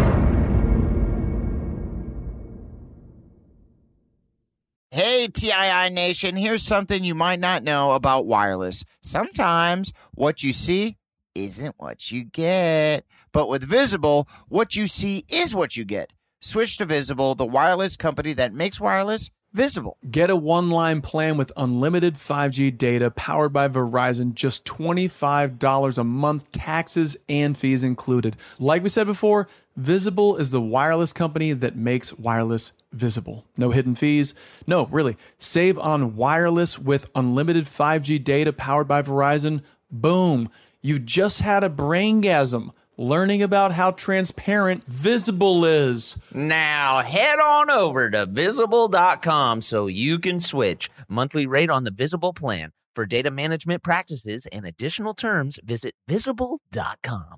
Hey, TII Nation, here's something you might not know about wireless. Sometimes what you see isn't what you get. But with Visible, what you see is what you get. Switch to Visible, the wireless company that makes wireless visible. Get a one line plan with unlimited 5G data powered by Verizon, just $25 a month, taxes and fees included. Like we said before, Visible is the wireless company that makes wireless visible. No hidden fees. No, really. Save on wireless with unlimited 5G data powered by Verizon. Boom. You just had a braingasm learning about how transparent Visible is. Now head on over to visible.com so you can switch. Monthly rate on the visible plan. For data management practices and additional terms, visit visible.com.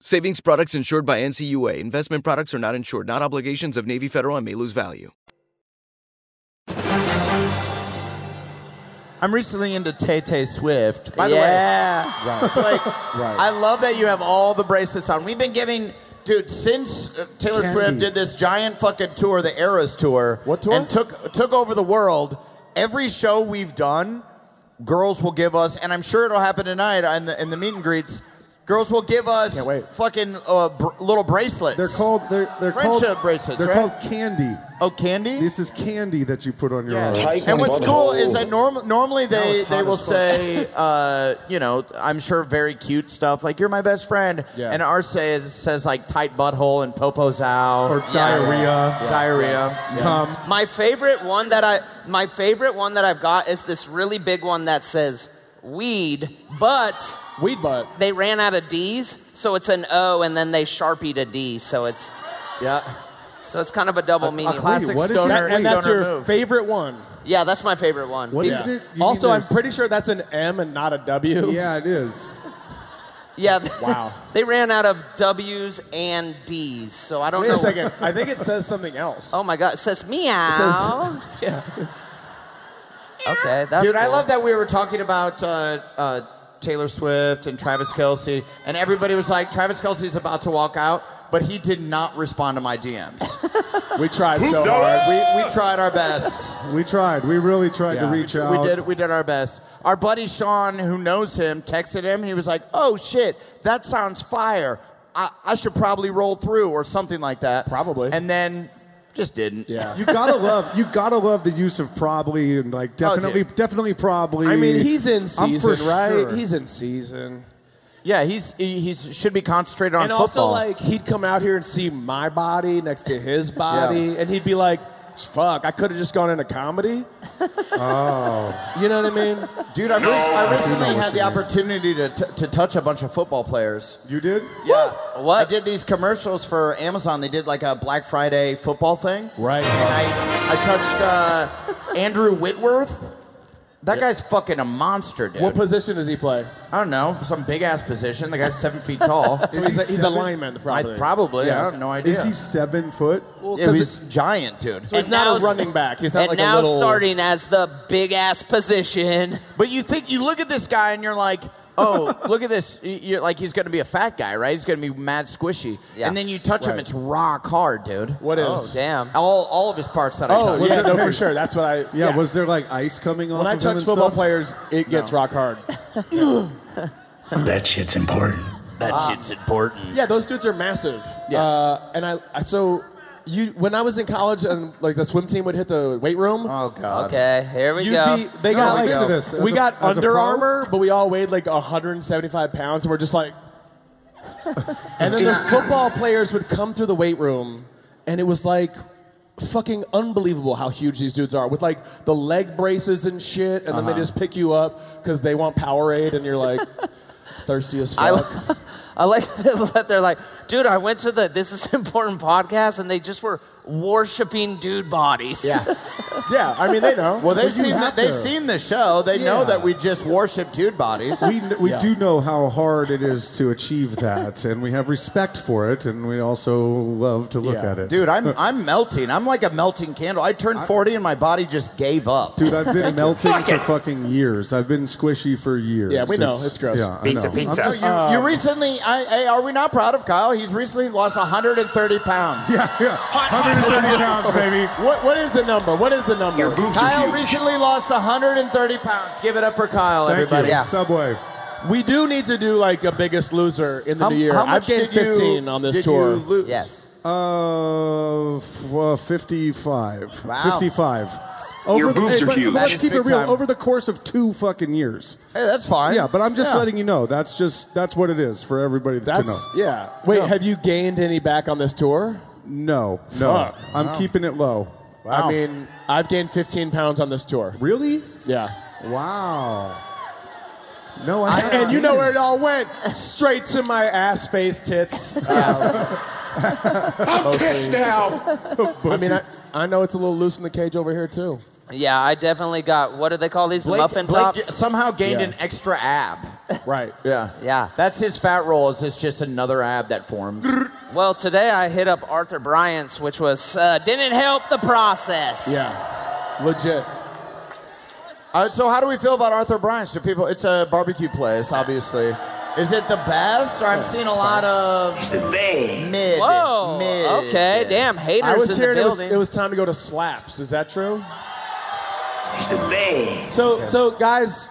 Savings products insured by NCUA. Investment products are not insured, not obligations of Navy Federal and may lose value. I'm recently into Tay Tay Swift. By the Yeah. way, Right. like, Right. I love that you have all the bracelets on. We've been giving, dude, since uh, Taylor Candy. Swift did this giant fucking tour, the Eras tour, what tour? and took took over the world. Every show we've done, girls will give us, and I'm sure it'll happen tonight in the, in the meet and greets. Girls will give us Can't wait. fucking uh, br- little bracelets. They're called they're they're friendship called- bracelets. They're right? called candy. Oh, candy! This is candy that you put on your Yeah. arms. And what's cool is that norm- normally Now they, it's hot they will as fuck. say, uh, you know, I'm sure very cute stuff like "You're my best friend," Yeah. and ours says says like "tight butthole" and "popo's out" or diarrhea. Yeah. diarrhea, Yeah. Cum. My favorite one that I my favorite one that I've got is this really big one that says weed, but weed butt. They ran out of D's, so it's an O, and then they sharpied a D, so it's yeah. So it's kind of a double meaning. and that's your favorite one. Yeah, that's my favorite one. What is yeah. also, I'm pretty sure that's an M and not a W. Yeah, it is. Yeah. Wow. They ran out of W's and D's, so I don't Wait know. a second. I think it says something else. Oh my God! It says meow. yeah. Okay, that's Dude, I cool. love that we were talking about uh, uh, Taylor Swift and Travis Kelsey, and everybody was like, "Travis Kelsey's about to walk out," but he did not respond to my DMs. we tried so We, we tried our best. We tried. We really tried to reach out. We did. We did our best. Our buddy Sean, who knows him, texted him. He was like, "Oh shit, that sounds fire. I, I should probably roll through or something like that." Probably. And then just didn't. Yeah. You gotta love. You gotta love the use of probably and Oh, like definitely, definitely probably. I mean, he's in I'm for season, right? sure. He's in season. Yeah, he's he he's, should be concentrated on and also, football. like, he'd come out here and see my body next to his body, and he'd be like, fuck, I could have just gone into comedy. oh. You know what I mean? Dude, I, rec- I I do recently know what had the you mean. opportunity to, t- to touch a bunch of football players. You did? Yeah. What? I did these commercials for Amazon. They did like a Black Friday football thing. Right. And I, I touched uh, Andrew Whitworth. That guy's fucking a monster, dude. What position does he play? I don't know. Some big ass position. The guy's seven feet tall. So Is he's he a- he's a seven? lineman, I- probably. probably. Yeah. I have no idea. Is he seven foot? Well, yeah, 'cause he's giant, dude. So he's not a running back. He's not and like now a little. starting as the big ass position. But you think you look at this guy and you're like, oh, look at this. Y- You're like he's gonna be a fat guy, right? He's gonna be mad squishy. And then you touch him, Right. it's rock hard, dude. What Oh, is? damn. All all of his parts that I Oh, touched. yeah, no, for sure. That's what I. Yeah, Was there like ice coming off? When I of him touch and football stuff? players, it gets rock hard. That shit's important. That Ah. shit's important. Yeah, those dudes are massive. Yeah. Uh, and I, I so you when I was in college and like the swim team would hit the weight room. Oh god. Okay, here we You'd go. Be, they No, got I'm like into this. we As a- got as a Under pro? Armour, but we all weighed like 175 pounds, and we're just like. and then the football players would come through the weight room, and it was like. Fucking unbelievable how huge these dudes are with like the leg braces and shit, and then they Uh-huh. just pick you up because they want Powerade, and you're like thirsty as fuck. I, li- I like that they're like, dude, I went to the This Is Important podcast and they just were worshiping dude bodies. Yeah. yeah, I mean, they know. Well, they've You seen have the, they've to. seen the show. They know Yeah. that we just worship dude bodies. we we do know how hard it is to achieve that, and we have respect for it, and we also love to look Yeah. at it. Dude, I'm I'm melting. I'm like a melting candle. I turned 40 and my body just gave up. Dude, I've been melting Fuck for it. fucking years. I've been squishy for years. Yeah, we know. It's gross. Yeah, I Pizza, know. pizza. Oh, I'm just- Uh, You- you recently, I, hey, are we not proud of Kyle? He's recently lost 130 pounds. Yeah, yeah. 130 pounds, baby. What, what is the number? What is the number? Your boobs are Kyle huge. recently lost 130 pounds. Give it up for Kyle, Thank everybody. you. Subway. We do need to do like a biggest loser in the How- new year. how I've much gained did you- 15 on this did tour. you lose? Yes. Uh, f- uh, 55. Wow. 55. Your boobs hey, are but- huge. but That let's is keep it big real. time. Over the course of two fucking years. Hey, that's fine. Yeah, but I'm just Yeah. letting you know. That's just that's what it is for everybody to know. That's yeah. Wait, No. have you gained any back on this tour? No, no. Fuck. I'm Wow. keeping it low. I mean, I've gained 15 pounds on this tour. Really? Yeah. Wow. No, I and you know where it all went? Straight to my ass face tits. Uh, I'm pissed now. I mean, I, I know it's a little loose in the cage over here too. Yeah, I definitely got. What do they call these? The Blake- muffin Blake tops. j- somehow gained an extra ab. Right. Yeah. Yeah. That's his fat roll. Is it's just another ab that forms. Well, today I hit up Arthur Bryant's, which was uh, didn't help the process. Yeah. Legit. All right, so how do we feel about Arthur Bryant's? Do people? It's a barbecue place, obviously. Is it the best? Or I'm Oh, seeing a lot of it's the best. mid. Whoa. Mid. Okay. Damn. Haters I was in hearing the it was, building. it was time to go to slaps. Is that true? He's the best. So, so guys,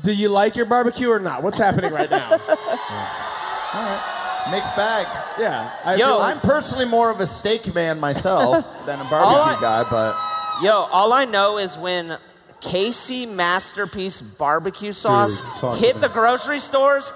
do you like your barbecue or not? What's happening right now? Mixed bag. Yeah. Yo. I'm personally more of a steak man myself than a All barbecue I- guy, but Yo, all I know is when Casey Masterpiece barbecue sauce talk hit about the grocery stores,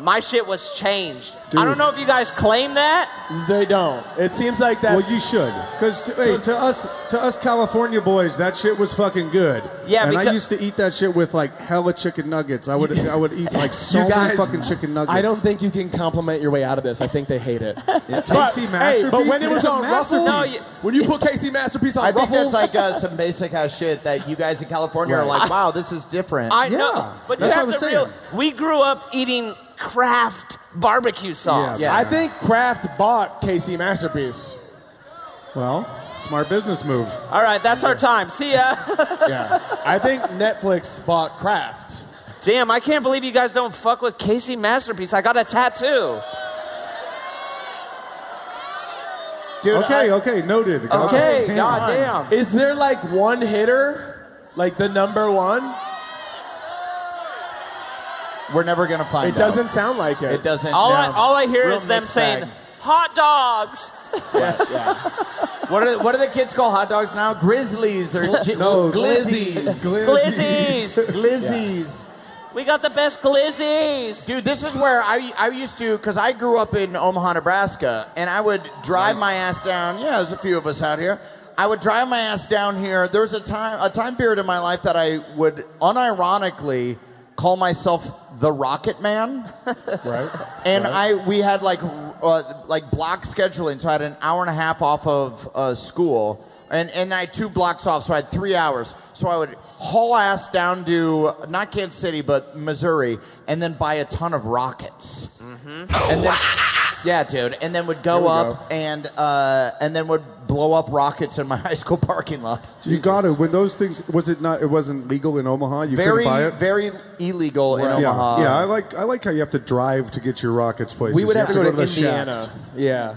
my shit was changed. I Dude. don't know if you guys claim that. They don't. It seems like that. Well, you should, because hey, to us, to us California boys, that shit was fucking good. Yeah, and I because- used to eat that shit with like hella chicken nuggets. I would, I would eat like so You many guys- fucking chicken nuggets. I don't think you can compliment your way out of this. I think they hate it. KC Hey, but when Masterpiece? it was It's a on Ruffles, masterpiece. when you put KC Masterpiece on I think Ruffles, that's like uh, some basic ass shit that you guys in California are Right. like, wow, this is different. I know, but you have to real. We grew up eating Kraft barbecue sauce. I think Kraft bought KC Masterpiece. Well, smart business move. All right, that's our time. See ya. yeah. I think Netflix bought Kraft. Damn, I can't believe you guys don't fuck with Casey Masterpiece. I got a tattoo. Dude, okay, okay, noted. Okay, damn. goddamn. Is there like one hitter, like the number one? We're never gonna find. It doesn't sound like it. It doesn't. All I no. all I hear Real is them mixed saying bag. hot dogs. What are, what do the kids call hot dogs now? Grizzlies or gi- No, glizzies. Glizzies. Glizzies. Glizzies. We got the best glizzies. Dude, this is where I, I used to, because I grew up in Omaha, Nebraska, and I would drive my ass down. Yeah, there's a few of us out here. I would drive my ass down here. There was a time a time period in my life that I would unironically call myself the Rocket Man. Right. And I we had like uh, like block scheduling, so I had an hour and a half off of uh, school, and and I had two blocks off, so I had three hours. So I would haul ass down to not Kansas City, but Missouri, and then buy a ton of rockets. Mm-hmm. And then, yeah, dude. And then would Here go we up and uh, and then would blow up rockets in my high school parking lot. You got it. When those things was it not? It wasn't legal in Omaha. You very couldn't buy it. very illegal in yeah, Omaha. yeah. I like I like how you have to drive to get your rockets places. We would You have to go to the Indiana. shacks. Yeah.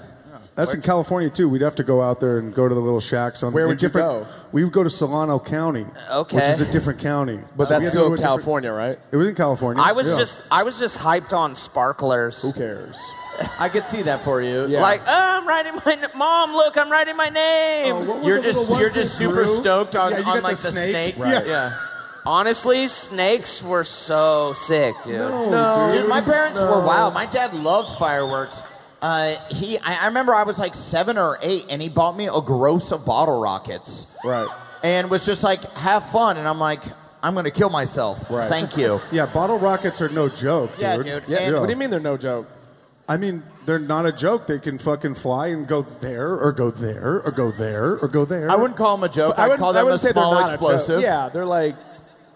That's in California too. We'd have to go out there and go to the little shacks on. Where in would you different, go? We would go to Solano County, Okay. which is a different county. So But we that's had to go still to a different- California, right? It was in California. I was yeah. just I was just hyped on sparklers. Who cares? I could see that for you. Like, oh, I'm writing my n- mom. Look, I'm writing my Oh, name. You're just you're just super stoked on, Yeah, you on got like the the snake. snake. Yeah. Right. Honestly, snakes were so sick, dude. dude. my parents were wow. My dad loved fireworks. Uh, he, I, I remember I was like seven or eight, and he bought me a gross of bottle rockets. Right. And was just like, have fun, and I'm like, I'm gonna kill myself. Right. Thank you. yeah, bottle rockets are no joke, dude. Yeah, dude. Yeah, What do you mean they're no joke? I mean, they're not a joke. They can fucking fly and go there or go there or go there or go there. I wouldn't call them a joke. I I'd call them a say they're small not a joke. explosive. Yeah, they're like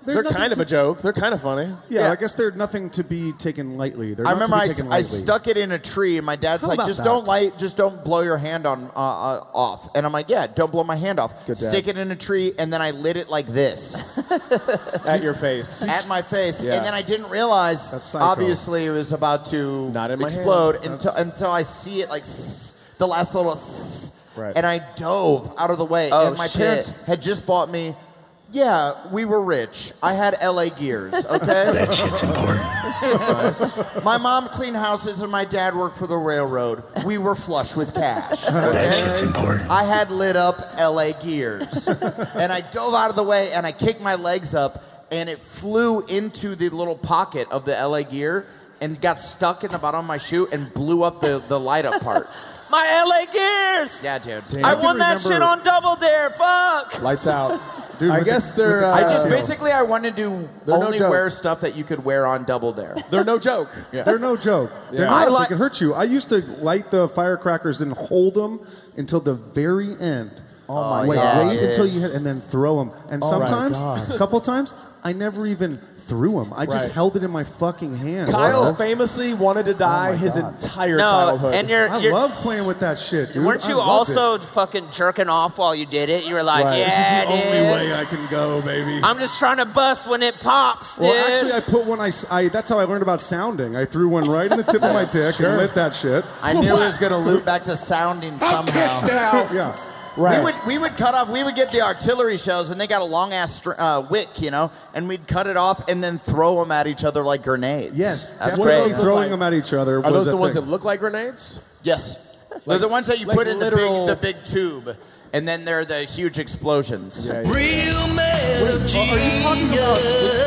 They're they're, nothing kind of to- a joke. They're kind of funny. Yeah, I guess they're nothing to be taken lightly. They're I not to remember be I, taken I lightly. stuck it in a tree, and my dad's How like, about "Just that? don't light, just don't blow your hand on uh, uh, off." And I'm like, "Yeah, don't blow my hand off. Good dad. Stick it in a tree, and then I lit it like this at your face, at my face, Yeah. and then I didn't realize. psycho. Obviously, it was about to my hand. explode until until I see it like the last little, Right. and I dove out of the way. Oh, and my shit. parents had just bought me. Yeah, we were rich. I had LA gears. Okay. That shit's important. My mom cleaned houses and my dad worked for the railroad. We were flush with cash. That shit's important. I had lit up LA gears. And I dove out of the way and I kicked my legs up and it flew into the little pocket of the LA gear and got stuck in the bottom of my shoe and blew up the, the light up part. My LA Gears. Yeah, dude. I won that shit on Double Dare. Fuck. Lights out. Dude, I look at- guess they're. Uh, I just basically I wanted to They're no only joke. wear stuff that you could wear on Double Dare. They're no joke. They're no joke. They're Yeah. not, I they like- can hurt you. I used to light the firecrackers and hold them until the very end. Oh my wait, God, Wait dude. until you hit, and then throw them. And Oh my sometimes, God. a couple times, I never even threw them. I just Right. held it in my fucking hand. Oh Kyle famously wanted to die his entire No, childhood. and you're- I you're- loved playing with that shit, dude. Weren't I you loved also it. fucking jerking off while you did it? You were like, Right. This is yeah, the only dude. way I can go, baby. I'm just trying to bust when it pops, dude. well, actually, I put one. I, s- I- that's how I learned about sounding. I threw one right in the tip of my dick Sure. and lit that shit. I knew it was going to loop back to sounding somehow. yeah, We would we would cut off. We would get the artillery shells, and they got a long ass str- uh, wick, you know, and we'd cut it off and then throw them at each other like grenades. Yes, that's definitely great. throwing them at each other. Are was those the a ones thing. look like grenades. Yes, they're the ones that you like put in literal- the big the big tube, and then they're the huge explosions. Are you talking about?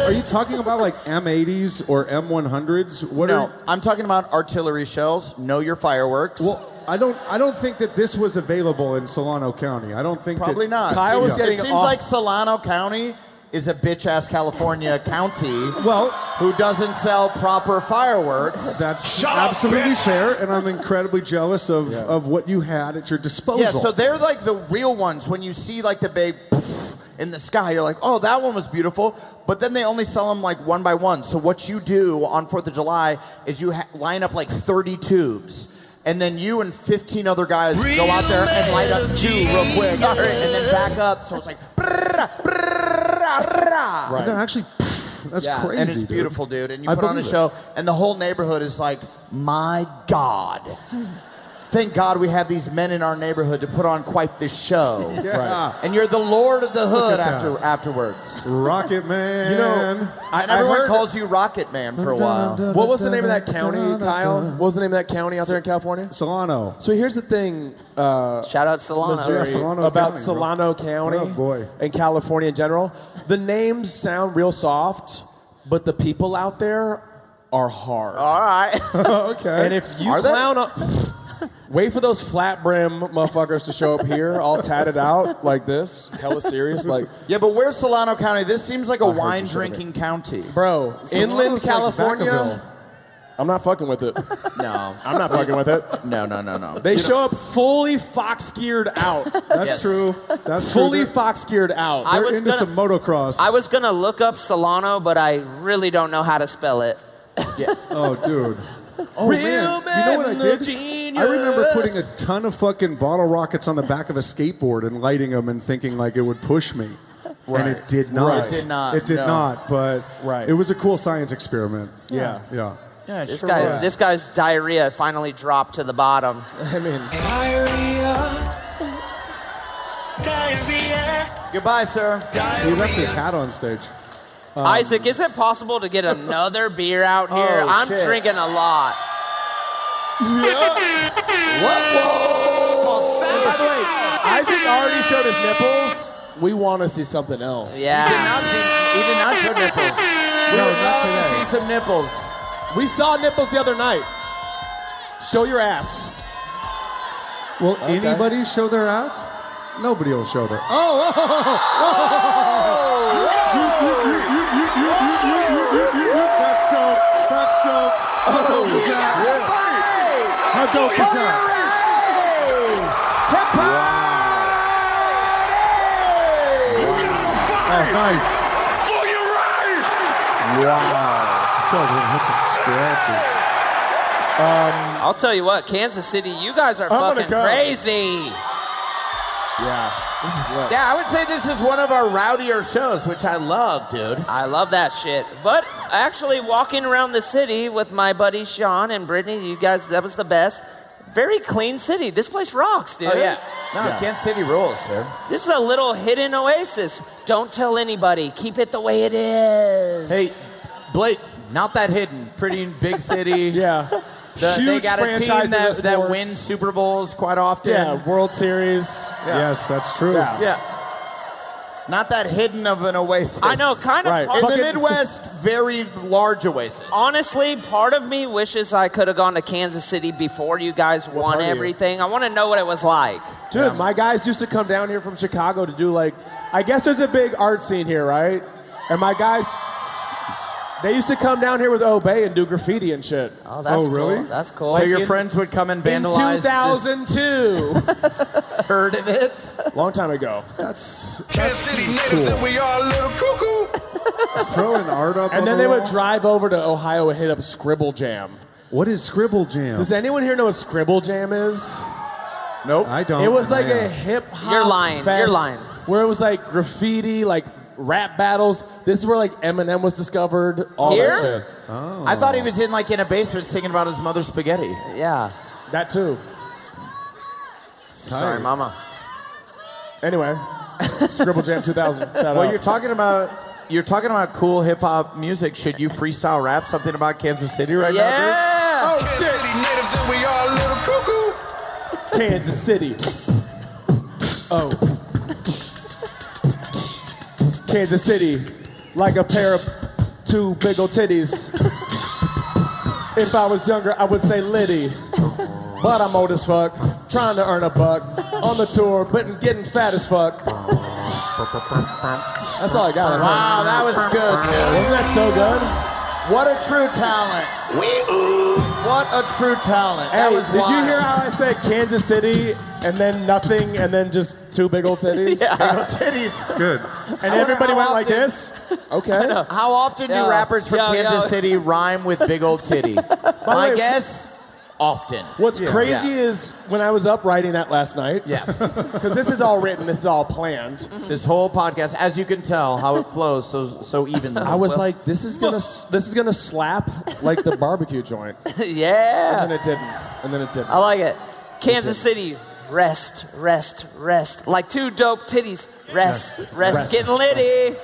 Are you talking about like M80s or M100s? What no, are? I'm talking about artillery shells. Know your fireworks. Well, I don't. I don't think that this was available in Solano County. I don't think. that- Probably not. Kyle Seems- was getting It seems off- like Solano County is a bitch ass California county. Well, who doesn't sell proper fireworks? That's absolutely fair, and I'm incredibly jealous of of what you had at your disposal. Yeah, so they're like the real ones. When you see like the big poof in the sky, you're like, oh, that one was beautiful. But then they only sell them like one by one. So what you do on Fourth of July is you ha- line up like 30 tubes. And then you and 15 other guys go out there and light up two real quick. Jesus. And then back up. So it's like, Right. They're actually. pff, That's yeah, crazy. and it's dude. beautiful, dude. And you I put on a believe it. show, and the whole neighborhood is like, my God. Thank God we have these men in our neighborhood to put on quite this show. Yeah. Right. And you're the Lord of the Look Hood at after that. afterwards. Rocket Man. You know, I- and I everyone heard- calls you Rocket Man for a while. What was the name of that county, Kyle? What was the name of that county out there in California? Solano. So here's the thing. Uh, Shout out Solano. Missouri, Yeah, Solano about County, bro. Solano County Oh, boy. and California in general. The names sound real soft, but the people out there are hard. All right. okay. And if you Are they? clown up, wait for those flat brim motherfuckers to show up here, all tatted out like this, hella serious, like Yeah, but where's Solano County? This seems like a heard wine you said it. drinking county. bro, inland Solano's like California. Vacaville. I'm not fucking with it. No, I'm not fucking with it. No, no, no, no. They You show up fully fox geared out. That's true. That's true. fully They're- fox geared out. I They're was into gonna- some motocross. I was gonna look up Solano, but I really don't know how to spell it. oh, dude. Oh Real man. you know what I man, did? genius. I remember putting a ton of fucking bottle rockets on the back of a skateboard and lighting them and thinking like it would push me. Right. And it did not. It did not, It did no. not, but Right. it was a cool science experiment. Yeah. Yeah. Yeah, it This sure guy, was. this guy's diarrhea finally dropped to the bottom. I mean, diarrhea. Goodbye, sir. He left his hat on stage. Isaac, is it possible to get another beer out here? Oh, I'm shit. drinking a lot. And by the way, Isaac already showed his nipples. We want to see something else. Yeah. He did not see, he did not show nipples. We No, would not love today. to see some nipples. We saw nipples the other night. Show your ass. Will anybody show their ass? Nobody will show their. Oh! That's dope. That's dope. How dope is that? Oh, How dope is that? Oh, nice. Wow. So they hit some scratches. Um, I'll tell you what, Kansas City, you guys are I'm gonna fucking go. crazy. Yeah. Yeah, I would say this is one of our rowdier shows, which I love, dude. I love that shit. But actually, walking around the city with my buddy Sean and Brittany, you guys, that was the best. Very clean city. This place rocks, dude. Oh, yeah. No, Kansas City rules, dude. This is a little hidden oasis. Don't tell anybody. Keep it the way it is. Hey, Blake, not that hidden. Pretty big city. yeah. they Huge got a franchises team in that, that sports. wins Super Bowls quite often. Yeah, World Series. Yes, that's true. Yeah. Not that hidden of an oasis. I know, kind of Right. part- In the Fucking- Midwest, very large oasis. Honestly, part of me wishes I could have gone to Kansas City before you guys won part of you? everything. I want to know what it was like. Dude, my guys used to come down here from Chicago to do like, I guess there's a big art scene here, right? And my guys, they used to come down here with Obey and do graffiti and shit. Oh, that's Oh, really? cool. That's cool. So your friends would come and vandalize In this- 2002. Heard of it? Long time ago. That's, Kansas City natives and we are a little cuckoo. Throw an art up. And on then the they would wall. drive over to Ohio and hit up Scribble Jam. What is Scribble Jam? Does anyone here know what Scribble Jam is? Nope. I don't. It was and like I a asked. hip hop. You're lying. Fest You're lying. Where it was like graffiti, like rap battles. This is where like Eminem was discovered. All Here? that shit. Oh. I thought he was in like in a basement singing about his mother's spaghetti. Yeah. That too. Sorry, mama. Anyway, Scribble Jam 2000. Shout well, out. you're talking about you're talking about cool hip hop music. Should you freestyle rap something about Kansas City right Yeah. Kansas City natives and we are a little cuckoo. Kansas City. Oh. Kansas City, like a pair of two big old titties. If I was younger, I would say Liddy. But I'm old as fuck, trying to earn a buck. On the tour, but I'm getting fat as fuck. That's all I got. I think. Wow, that was good. Wasn't that so good? What a true talent. We What a true talent. Hey, that was did you wild. hear how I said Kansas City and then nothing and then just two big old titties? Yeah. Big old titties. It's good. I And wonder everybody how went like often- this? Okay. How often do Yeah. rappers from Yo, Kansas yo. City rhyme with big old titty? the My way- guess, often. What's crazy Yeah. is when I was up writing that last night. Yeah. Because this is all written, this is all planned. This whole podcast, as you can tell, how it flows so so evenly. I was like, this is gonna s- this is gonna slap like the barbecue joint. yeah. And then it didn't. And then it didn't. I like it. Kansas City, rest, rest, rest. Like two dope titties. Rest, rest, Rest. getting litty.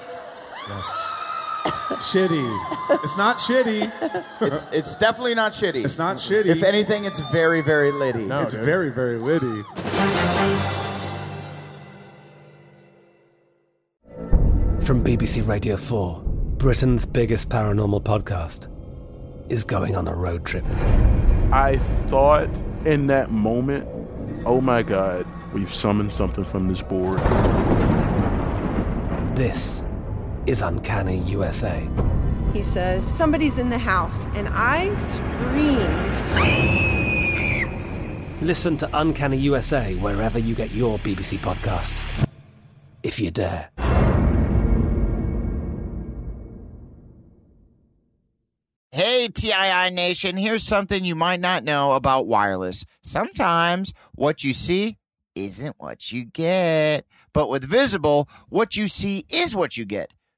shitty. It's not shitty. It's, it's definitely not shitty. It's not shitty. If anything, it's very, very litty. it's very, very litty. From BBC Radio 4, Britain's biggest paranormal podcast is going on a road trip. I thought in that moment, oh my God, we've summoned something from this board. This is Uncanny USA. He says, Somebody's in the house. And I screamed. Listen to Uncanny USA wherever you get your BBC podcasts, if you dare. Hey, TII Nation, here's something you might not know about wireless. Sometimes what you see isn't what you get. But with Visible, what you see is what you get.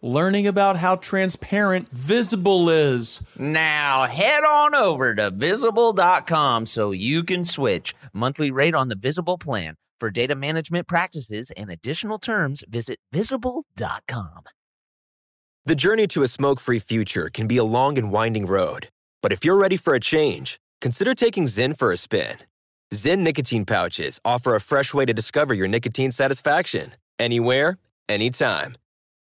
learning about how transparent Visible is. Now head on over to visible.com so you can switch. Monthly rate on the visible plan. For data management practices and additional terms, visit visible.com. The journey to a smoke free future can be a long and winding road, but if you're ready for a change, consider taking Zen for a spin. Zen nicotine pouches offer a fresh way to discover your nicotine satisfaction anywhere, anytime.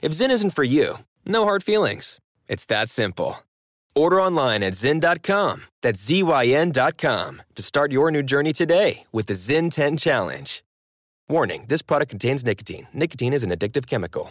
If Zen isn't for you, no hard feelings. It's that simple. Order online at Zyn.com, that's Z-Y-N.com, to start your new journey today with the Zen 10 Challenge. Warning this product contains nicotine. Nicotine is an addictive chemical.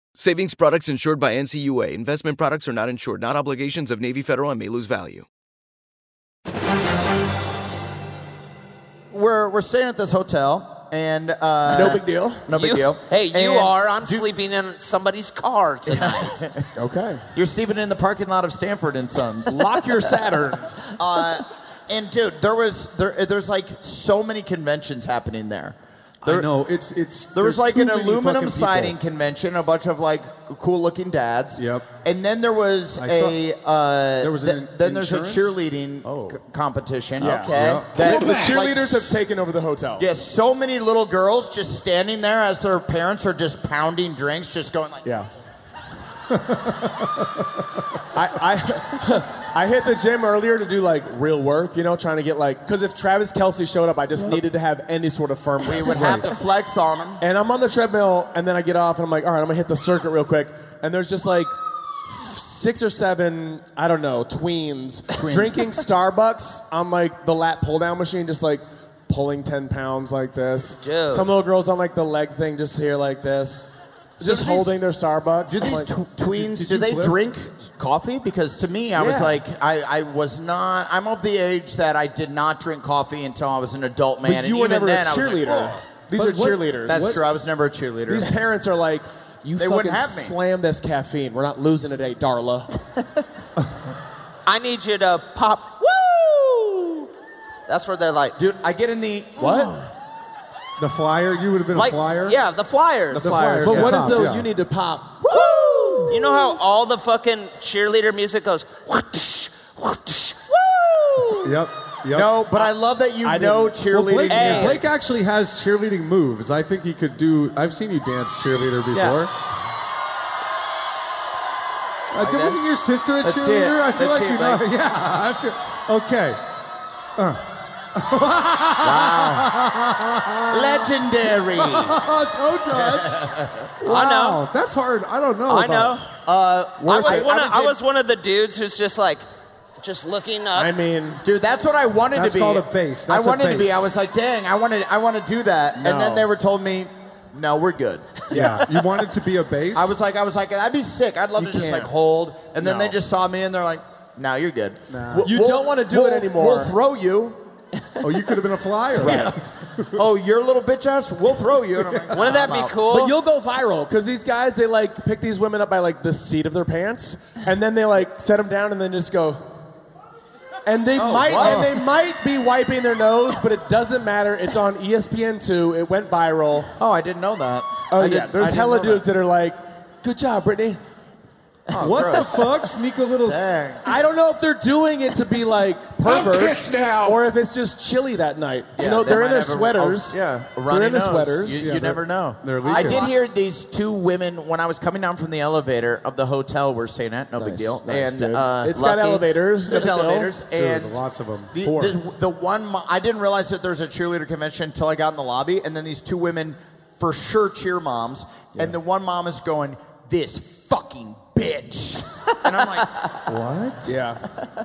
Savings products insured by NCUA. Investment products are not insured, not obligations of Navy Federal and may lose value. We're we're staying at this hotel, and uh, No big deal. No big You- deal. Hey, you And- are. I'm sleeping in somebody's car tonight. Okay. You're sleeping in the parking lot of Stanford and Sons. Lock your Saturn. uh, and dude, there was there. There's like so many conventions happening there. There, I know it's it's. There was there's like too an many aluminum fucking people. siding convention, a bunch of like cool looking dads. Yep. And then there was I saw- a uh, There was th- an then there's a insurance? Oh. cheerleading c- competition. Yeah. Okay. Yeah. That- the like, cheerleaders have taken over the hotel. yeah, so many little girls just standing there as their parents are just pounding drinks, just going like, Yeah. I, I, I hit the gym earlier to do like real work, you know, trying to get like, because if Travis Kelsey showed up, I just needed to have any sort of firmness. we would have to flex on them. And I'm on the treadmill, and then I get off, and I'm like, all right, I'm gonna hit the circuit real quick. And there's just like six or seven, I don't know, tweens, drinking Starbucks on like the lat pull down machine, just like pulling 10 pounds like this. Dude. Some little girls on like the leg thing, just here like this. Just do these- holding their Starbucks. Do I'm these Uh, like- tw- tweens? did do you they flip? drink coffee? Because to me, I was Yeah. like, I, I was not. I'm of the age that I did not drink coffee until I was an adult man. But you and were even never then, a I was like, cheerleader. "Whoa." These are cheerleaders. That's What- true. I was never a cheerleader. These parents are like, you They fucking wouldn't have me. slam this caffeine. We're not losing today, Darla. I need you to pop. Woo! That's where they're like, dude. I get in the what? The flyer. You would have been Like- a flyer. Yeah, the Flyers. The Flyers, But yeah. what is the- Yeah. you need to pop? Woo! You know how all the fucking cheerleader music goes. Whoosh, whoosh, woo! Yep. Yep. No, but I love that you I know didn't. Well, cheerleading. Blake, music. Blake actually has cheerleading moves. I think he could do. I've seen you dance cheerleader before. Yeah. Uh, Like that? wasn't your sister a Let's see it. cheerleader? I feel Let's like see you it, know. Blake. Yeah. I feel, okay. Wow. Legendary. Toe I touch. know. Wow, That's hard. I don't know. I about- know. Uh, I was, one of, I in- was one of the dudes who's just like, just looking up. I mean, Dude, that's what I wanted That's to be. called a base. That's I a wanted to be. base. I was like, dang, I want to. I want to do that. No. And then they were told me, no, we're good. Yeah, you wanted to be a bass. I was like, I was like, that'd be sick. I'd love You to just like can't. hold. And then No. they just saw me and they're like, no, you're good. You don't wanna do it we'll- anymore. We'll throw you. oh, you could have been a flyer. Yeah. oh, you're a little bitch ass. We'll throw you. And I'm like, Wouldn't that "Nah, I'm be out." cool? But you'll go viral because these guys they like pick these women up by like the seat of their pants, and then they like set them down and then just go. And they Oh, might wow. and they might be wiping their nose, but it doesn't matter. It's on E ESPN two. It went viral. Oh, I didn't know that. I Oh yeah, didn't- I there's didn't hella know dudes that. are like, "Good job, Brittany." Oh, what gross. the fuck? Sneak a little. s- Dang. I don't know if they're doing it to be like perverts pissed now. or if it's just chilly that night. Yeah, you know, they they're might in their have a- sweaters. oh, yeah, they're Ronnie in their knows. sweaters. You, you never know. they're I leaking. did hear these two women when I was coming down from the elevator of the hotel we're staying at. No big Nice, deal. nice, and dude. uh, It's got lucky- elevators, There's no big deal. elevators Dude, and lots of 'em. The, Four. this- the one mo- I didn't realize that there's a cheerleader convention until I got in the lobby, and then these two women for sure cheer moms, and the one mom is going this fucking bitch, and I'm like, What? Yeah.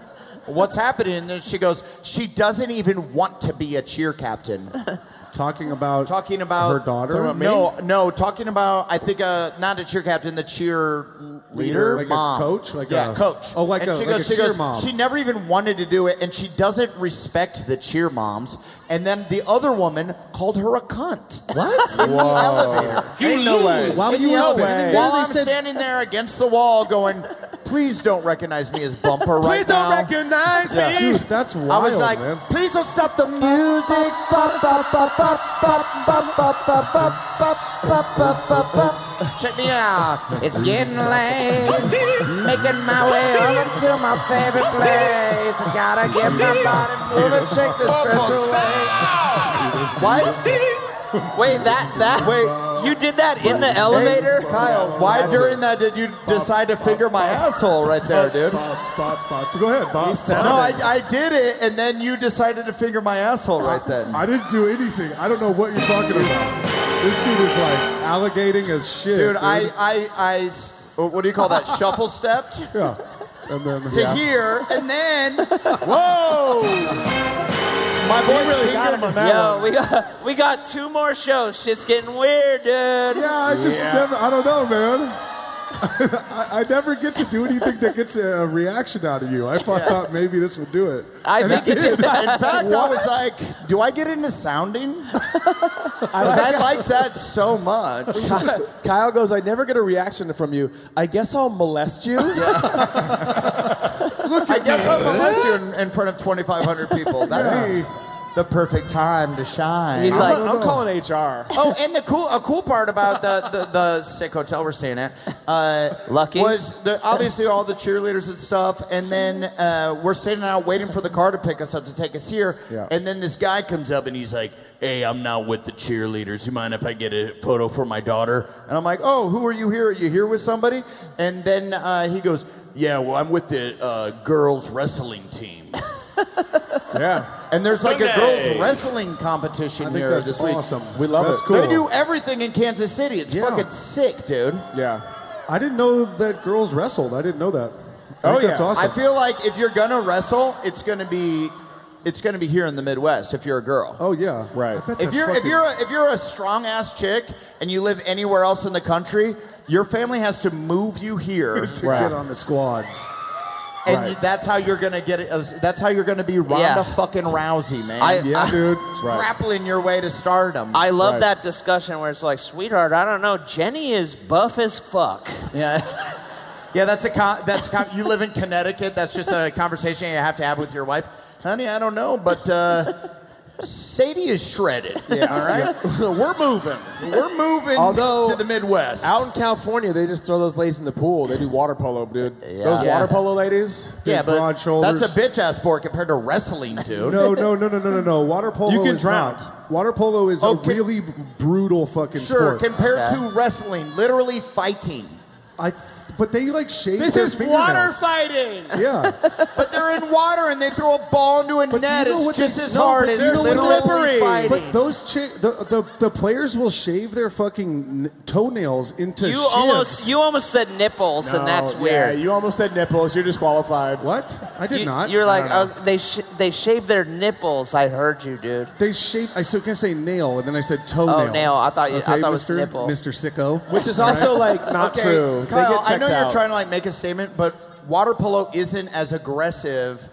what's happening? And then she goes, she doesn't even want to be a cheer captain. Talking about talking about her daughter? Talking about me? No, no, talking about I think uh, not a cheer captain, the cheer leader, Like a mom, coach? Like yeah, a- coach. Oh, like and a- she like goes, a she cheer goes, mom. She never even wanted to do it, and she doesn't respect the cheer moms. And then the other woman called her a cunt. What? In the Whoa. elevator. You In know the- it. Why would in you the ask elevator. that? And then While they I'm said- standing there against the wall going, please don't recognize me as Bumper right Please don't now." recognize me. Dude, that's I was wild, like, man. please don't stop the music. Bop, bop, bop, bop, bop, bop, bop, bop, bop, bop, bop, bop, bop, bop. Check me out. It's getting late. Making my way over to my favorite place. I gotta get my body moving, shake the stress away. What? Wait, that that wait, you did that in the elevator, Hey, Kyle, why during that did you decide to finger my asshole right there, dude? Go ahead, Bob. No, I, I did it, and then you decided to finger my asshole right then. I didn't do anything. I don't know what you're talking about. This dude is like alligating as shit. Dude, I, I, I s- what do you call that? Shuffle stepped Yeah. And then to yeah. here, and then whoa! My boy really got him on Yo, we got we got two more shows. Shit's getting weird, dude. Yeah, I just Yeah. never. I don't know, man. I, I never get to do anything that gets a reaction out of you. I thought, thought maybe this would do it. I And think it did. In fact, I was What? like, do I get into sounding? 'Cause I like that so much. Kyle goes, I never get a reaction from you. I guess I'll molest you. I guess I'm unless you in, in front of 2,500 people. That'd be the perfect time to shine. He's like, I'm calling HR. Oh, and the cool a cool part about the the, the sick hotel we're staying at, uh, lucky was the, obviously all the cheerleaders and stuff, and then uh, we're standing out waiting for the car to pick us up to take us here, Yeah. and then this guy comes up and he's like. Hey, I'm not with the cheerleaders. You mind if I get a photo for my daughter? And I'm like, oh, who are you here? Are you here with somebody? And then uh, he goes, yeah, well, I'm with the uh, girls wrestling team. yeah. And there's like a Hooray. girls wrestling competition I think here that's this week. awesome. We love That's it. cool. They do everything in Kansas City. It's fucking sick, dude. Yeah. I didn't know that girls wrestled. I didn't know that. Oh, I think that's awesome. Oh, I feel like if you're gonna wrestle, it's gonna be, it's gonna be here in the Midwest if you're a girl. Oh yeah, right. If you're if you're a, if you're a strong ass chick and you live anywhere else in the country, your family has to move you here to get on the squads. And Right. you- that's how you're gonna get. it- That's how you're gonna be Ronda Yeah. fucking Rousey, man. I- Yeah, I- dude. Right. Grappling your way to stardom. I love that discussion where it's like, sweetheart, I don't know. Jenny is buff as fuck. Yeah. Yeah, that's a con- that's a con- you live in Connecticut. That's just a conversation you have to have with your wife. Honey, I don't know, but uh, Sadie is shredded. Yeah. all right. We're moving. We're moving Although, to the Midwest. Out in California, they just throw those ladies in the pool. They do water polo, dude. Those Yeah. water polo ladies. yeah, big but broad shoulders. that's a bitch ass sport compared to wrestling, dude. No, no, no, no, no, no, no. Water polo You can is drown. not. Water polo is a really brutal fucking Sure, sport. compared to wrestling, literally fighting. I th- but they like shave This their is fingernails. water fighting. Yeah. but they're in water and they throw a ball into a net. You know it's what just they- as no, hard but as you know what- literally fighting. But those chi- the, the the players will shave their fucking n- toenails into you shifts. almost you almost said nipples, and that's weird. you almost said nipples. You're disqualified. What? I did You- not. You're like, don't I know. was, they sh- they shaved their nipples. I heard you, dude. They shape. I was gonna say nail, and then I said toenail. Oh, nail. I thought you- I Okay, thought it was Mister nipple. Mister Sicko, Which is also, like, not Okay, Kyle, I know you're trying to like make a statement, but water polo isn't as aggressive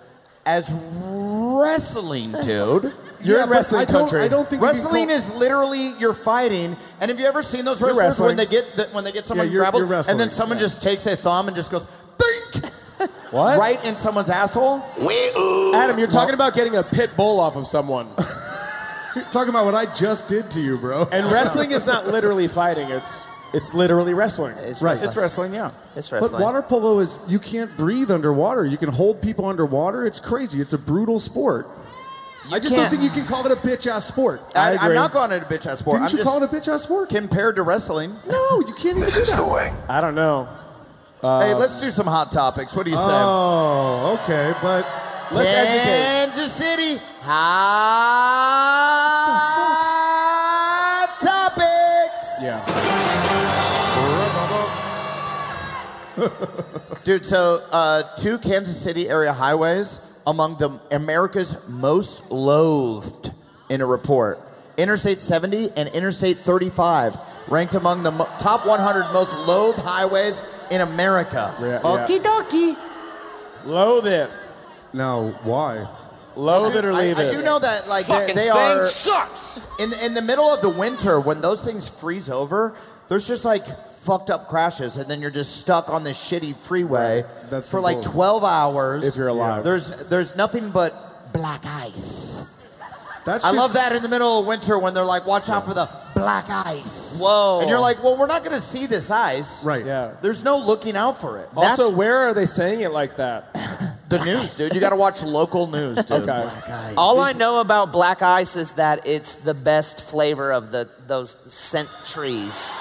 as wrestling, dude. You're Yeah, in but wrestling I don't- country. I don't think you can wrestling call- is literally you're fighting. And have you ever seen those You're wrestlers when wrestling. they get the, when they get someone Yeah, you're- grappled you're and then wrestling. someone Yeah. just takes a thumb and just goes bink right in someone's asshole? Adam, you're talking about getting a pit bull off of someone. talking about what I just did to you, bro. And wrestling is not literally fighting. It's it's literally wrestling. It's Right. wrestling. It's wrestling. Yeah. It's But water polo is you can't breathe underwater. You can hold people underwater. It's crazy. It's a brutal sport. I just can't- don't think you can call it a bitch ass sport. I, am not calling it a bitch ass sport. Didn't I'm just you call it a bitch ass sport? Compared to wrestling. No, you can't even do that. I don't know. Hey, Um, let's do some hot topics. What do you say? Oh, okay, but Let's educate. Kansas City hot topics. Dude, so uh, two Kansas City area highways among the America's most loathed in a report. Interstate 70 and Interstate 35 ranked among the mo- top 100 most loathed highways in America. Okie dokie. Loathe it. No, why? Loathe it or I- leave I, it. do know that like they- Fucking they thing are sucks. In in the middle of the winter when those things freeze over, there's just like fucked up crashes, and then you're just stuck on this shitty freeway That's for the like goal. 12 hours. If you're alive. there's there's nothing but black ice. That I love shit's- that in the middle of winter when they're like, watch out for the black ice. Whoa. And you're like, well, we're not gonna see this ice. Right. Yeah. There's no looking out for it. Also, That's where are they saying it like that? the news, dude. You got to watch local news, dude. Okay. Black ice. All I know about black ice is that it's the best flavor of the those scent trees.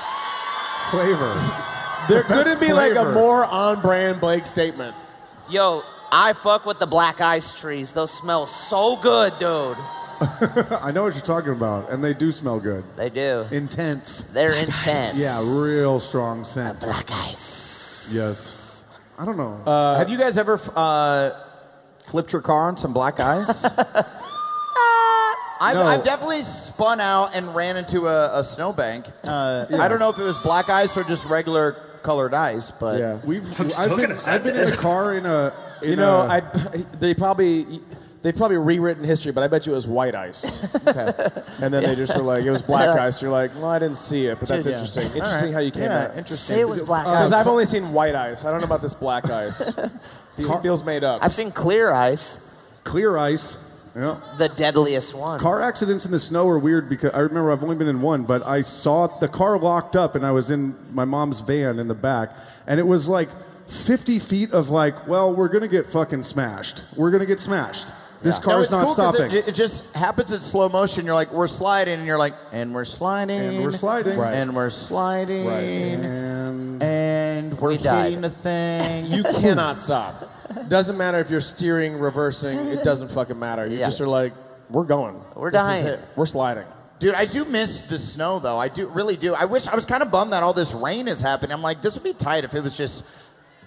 Flavor. There The best couldn't be like a flavor. more on-brand Blake statement. Yo, I fuck with the black ice trees. Those smell so good, dude. I know what you're talking about, and they do smell good. They do. Intense. They're intense. Yeah, real strong scent. Black ice. Yes. I don't know. Have you guys ever uh, flipped your car on some black ice? I've, No. Uh, I've definitely spun out and ran into a, a snowbank. Uh, Yeah. I don't know if it was black ice or just regular colored ice, but we've. I've been, I've been in the car in a. In you know, a- I they probably they've probably rewritten history, but I bet you it was white ice. And then they just were like, it was black Yeah. ice. You're like, well, I didn't see it, but that's Yeah. interesting. All Interesting right. how you came Yeah, out. interesting. Say it was black Because ice. I've only seen white ice. I don't know about this black ice. These feels made up. I've seen clear ice. Clear ice. Yeah. The deadliest one. Car accidents in the snow are weird because I remember I've only been in one, but I saw the car locked up and I was in my mom's van in the back, and it was like 50 feet of like, well, we're gonna get fucking smashed. We're gonna get smashed. This No, car is it's not cool 'cause stopping. It, ju- it just happens in slow motion. You're like, we're sliding, and you're like, and we're sliding, And we're sliding. Right. and we're sliding, Right. and, we're hitting the thing. You cannot stop. Doesn't matter if you're steering, reversing. It doesn't fucking matter. You Yeah. just are like, we're going. We're This is dying. it. We're sliding. Dude, I do miss the snow though. I do really do. I wish I was kind of bummed that all this rain is happening. I'm like, this would be tight if it was just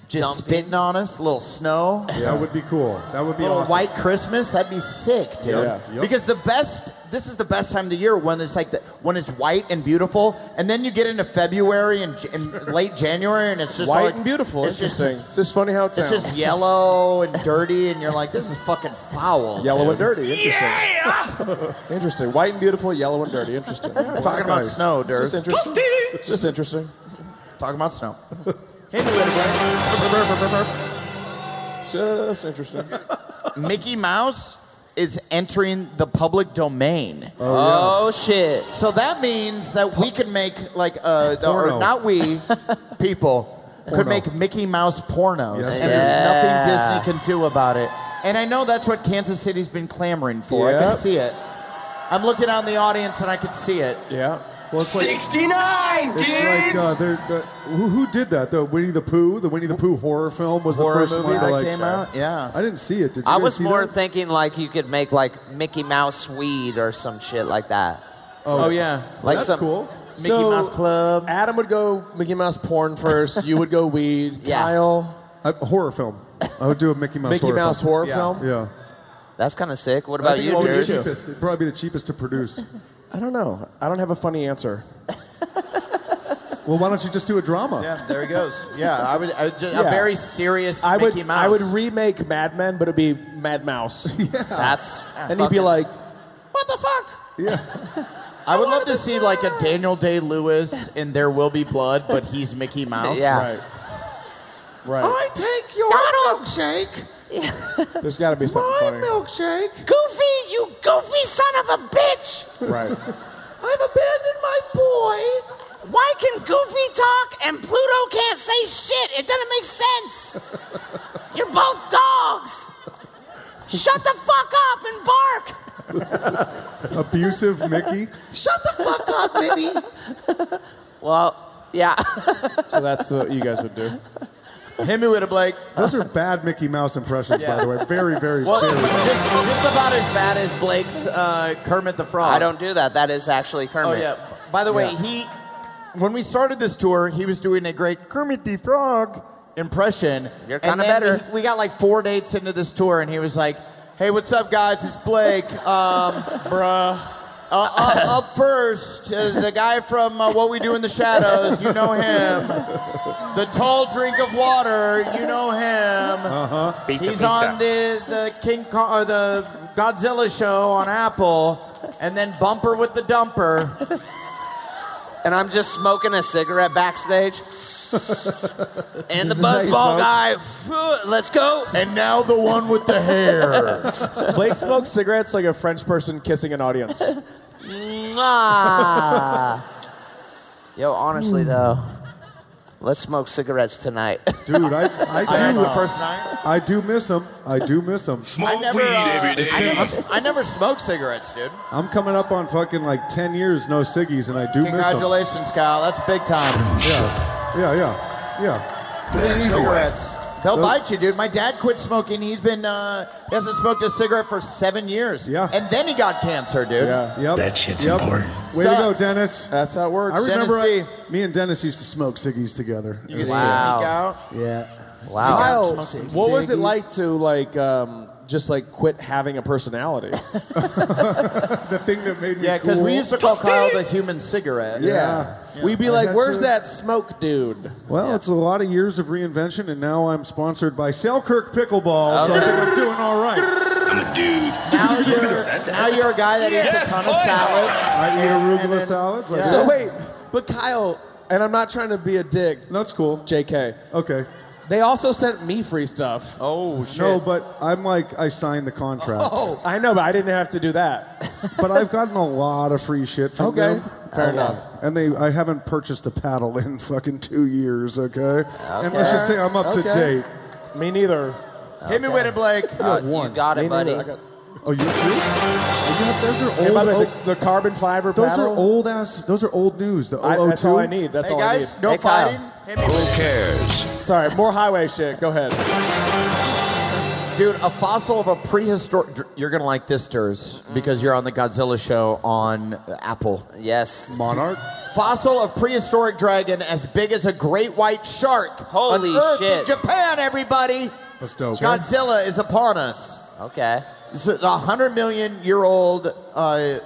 just Dumping. spitting on us, a little snow. That would be cool. That would be little awesome. white Christmas. That'd be sick, dude. Yeah. Yep. Because the best. This is the best time of the year when it's like the, when it's white and beautiful, and then you get into February and, J- and late January, and it's just White like- and beautiful. It's just Interesting. it's just funny how it it's sounds. just yellow and dirty, and you're like, this is fucking foul. Yellow dude. and dirty. Interesting. interesting. White and beautiful, yellow and dirty. Interesting. Talking about snow, It's just Durst. interesting. It's just interesting. Talking about snow. It's just interesting. Mickey Mouse is entering the public domain. Oh, yeah. Oh, shit. So that means that we can make like uh the, Porno. or not we people could Porno. make Mickey Mouse pornos Yes, and we there's can. Yeah. nothing Disney can do about it. And I know that's what Kansas City's been clamoring for. I can Yep. see it. I'm looking out in the audience and I can see it. Yeah. Well, it's like- 69 It's like uh, they're, the, who, who did that? The Winnie the Pooh, the Winnie the Pooh horror film was Horror the first movie one that like, came out? Yeah. I didn't see it. Did you I guys was see more that? thinking like you could make like Mickey Mouse weed or some shit like that. Oh, yeah. like That's some cool. Mickey Mouse Club. Adam would go Mickey Mouse porn first. You would go weed. Kyle. A horror film. I would do a Mickey Mouse Mickey horror Mouse film. horror yeah. film? Yeah. That's kind of sick. What I about think you, it would be the dude? cheapest. It'd probably be the cheapest to produce. I don't know. I don't have a funny answer. well, why don't you just do a drama? Yeah, there he goes. Yeah, I would. I would ju- Yeah. A very serious I would Mickey Mouse. I would remake Mad Men, but it'd be Mad Mouse. That's and he'd be fucking- like, What the fuck? Yeah. I would love to see like a Daniel Day Lewis in There Will Be Blood, but he's Mickey Mouse. Yeah. Right. right. take your milkshake. There's got to be something funny. milkshake. Goofy, you goofy son of a bitch. Right. I've abandoned my boy. Why can Goofy talk and Pluto can't say shit? It doesn't make sense. You're both dogs. Shut the fuck up and bark. Abusive Mickey. Shut the fuck up, Minnie. Well, yeah. so that's what you guys would do. Him would have like. Those are bad Mickey Mouse impressions, by the way. Very, very, Well, very. just, just about as bad as Blake's uh, Kermit the Frog. I don't do that. That is actually Kermit. Oh yeah. By the way, Yeah. he when we started this tour, he was doing a great Kermit the Frog impression. You're And kinda then better. he- we got like four dates into this tour, and he was like, "Hey, what's up, guys? It's Blake, um, bruh." Uh, up, up first, uh, the guy from uh, What We Do in the Shadows, you know him. The tall drink of water, you know him. Uh-huh. Uh huh. He's on the the King Kong, or the Godzilla show on Apple, and then Bumper with the Dumper. And I'm just smoking a cigarette backstage. and the This is how you buzzball smoke? guy. Let's go. And now the one with the Blake smokes cigarettes like a French person kissing an audience. Mwah. Ah. Yo, honestly though, let's smoke cigarettes tonight. Dude, I, I do. night. I do miss him. I do miss him. I never, uh, I never, I never smoked cigarettes, dude. I'm coming up on fucking like 10 years no ciggies, and I do miss them. Congratulations, Kyle. That's big time. Yeah, yeah, yeah, yeah. Big There's no cigarettes. They'll Nope. bite you, dude. My dad quit smoking. He's been uh, he hasn't smoked a cigarette for seven years. Yeah. And then he got cancer, dude. Yeah. Yep. That shit's Yep. important. Way to go, Dennis. That's how it works. I remember I, me and Dennis used to smoke ciggies together. It used was to fun. sneak out? Yeah. Kyle, what was it like to like um, just like quit having a personality? the thing that made me Yeah, because cool. we used to call Kyle the human cigarette. Yeah. We'd be I like, got where's to- that smoke dude? Well, it's a lot of years of reinvention, and now I'm sponsored by Selkirk Pickleball, so I think Oh, I'm doing all right. I'm a dude. Now you're, now you're a guy that eats a ton of salad. I eat arugula salads. I do. So wait, but Kyle, and I'm not trying to be a dick. That's cool. JK. Okay. They also sent me free stuff. Oh No, but I'm like, I signed the contract. Oh, I know, but I didn't have to do that. but I've gotten a lot of free shit from Okay. them. Fair enough. And they, I haven't purchased a paddle in fucking two years. Okay. And let's just say I'm up to Okay. date. Me neither. Hit me with it, Blake. Uh, you got it, buddy. Oh, you too? Yeah, those are old. Hey, by the way, oh, the, the carbon fiber those paddle. are old ass. Those are old news. The 002. I- that's all I need. That's all I need. Who cares? Sorry, more highway shit. Go ahead. Dude, a fossil of a prehistoric. You're gonna like this, Durs, Mm-hmm. because you're on the Godzilla show on Apple. Yes. Monarch. Fossil of prehistoric dragon as big as a great white shark. Holy unearthed shit. In Japan, everybody. That's dope. Godzilla is upon us. Okay. This is a hundred million year old uh,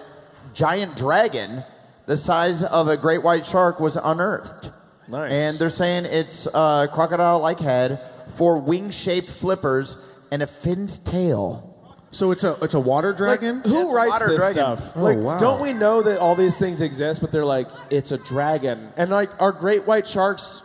giant dragon, the size of a great white shark, was unearthed. Nice. And they're saying it's a crocodile like head, four wing shaped flippers, and a finned tail. So it's a it's a water dragon. Like, who writes water this dragon. stuff? Oh, like, wow. don't we know that all these things exist? But they're like, it's a dragon, and like, are great white sharks?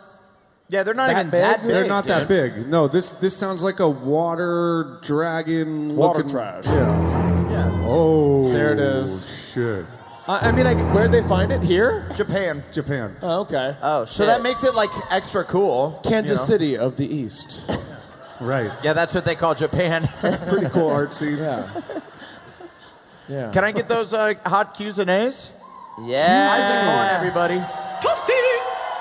Yeah, they're not That even big? that big. They're not that dude. big. No, this this sounds like a water dragon. Water looking, trash. Yeah. Oh. There it is. Shit. I, I mean, like, where'd they find it? Here? Japan. Japan. Oh, okay. Oh, So that makes it like extra cool. Kansas you know? City of the East. Right. Yeah, that's what they call Japan. Pretty cool art scene. Yeah. Yeah. Can I get those uh, hot Q's and A's? Isaac Horn, Yeah. everybody.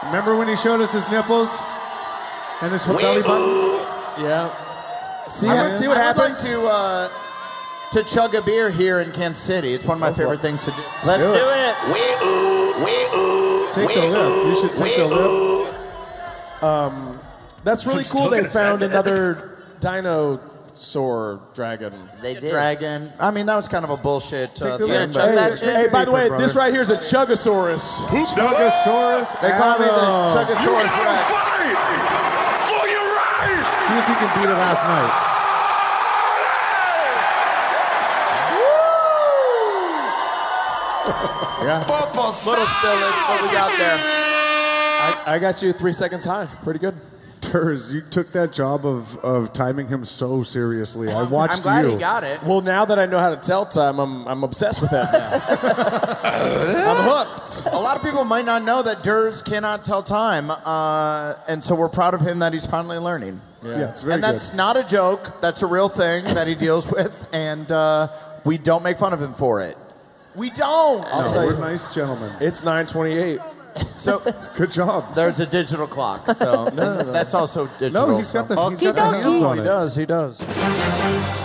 Remember when he showed us his nipples and his belly button? Yeah. See, I would, see what I would happens. like to, uh, to chug a beer here in Kansas City. It's one of my favorite things to do. Let's do it. Take the lip. You should take the lip. Um, that's really cool. They found another dinosaur dragon. They did. Dragon. I mean, that was kind of a bullshit uh, Take the thing, lip. but Hey, that shit? hey, by the way, Brother. this right here is a chugosaurus. Chugosaurus. they call me the Adam. Chugosaurus Rex. For your right! See if you can beat it last night. Little spillage, but we got there. I, I got you three seconds high. Pretty good. Durs, you took that job of, of timing him so seriously. I watched I'm glad you. he got it. Well, now that I know how to tell time, I'm, I'm obsessed with that now. I'm hooked. A lot of people might not know that Durs cannot tell time, uh, and so we're proud of him that he's finally learning. Yeah, it's very and that's good. not a joke. That's a real thing that he deals with, and uh, we don't make fun of him for it. We don't. I'll No, tell we're you, nice gentlemen. it's 928. So Good job. there's a digital clock. So that's also digital. No, he's got the, he's got the Oh, hands on he it. does. He does.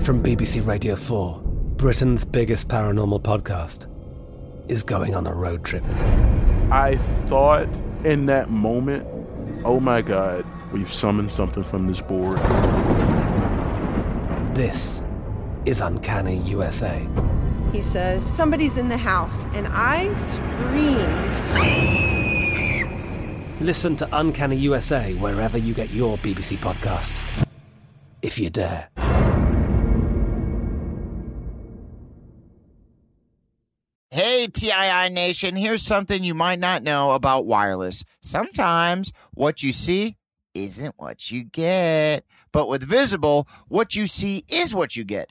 From BBC Radio 4, Britain's biggest paranormal podcast is going on a road trip. I thought in that moment, oh my God, we've summoned something from this board. This is Uncanny USA. He says, Somebody's in the house. And I screamed. Listen to Uncanny USA wherever you get your BBC podcasts, if you dare. Hey, TII Nation, here's something you might not know about wireless. Sometimes what you see isn't what you get. But with Visible, what you see is what you get.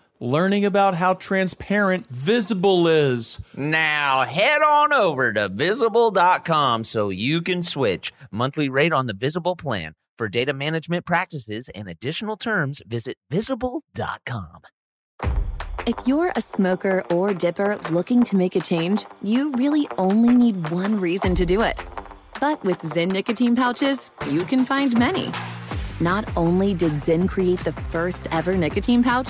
learning about how transparent Visible is. Now head on over to visible.com so you can switch. Monthly rate on the Visible plan. For data management practices and additional terms, visit visible.com. If you're a smoker or dipper looking to make a change, you really only need one reason to do it. But with Zen nicotine pouches, you can find many. Not only did Zen create the first ever nicotine pouch,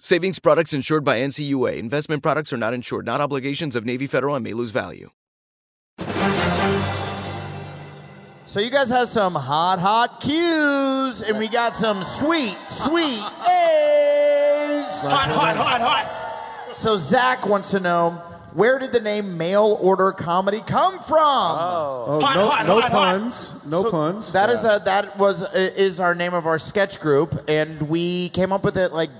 Savings products insured by NCUA. Investment products are not insured, not obligations of Navy Federal and may lose value. So you guys have some hot, hot cues, and we got some sweet, sweet A's. Hot, hot, hot, hot. So Zach wants to know where did the name mail order comedy come from? Oh, Oh, no, no puns. No puns. That is a that was uh, is our name of our sketch group, and we came up with it like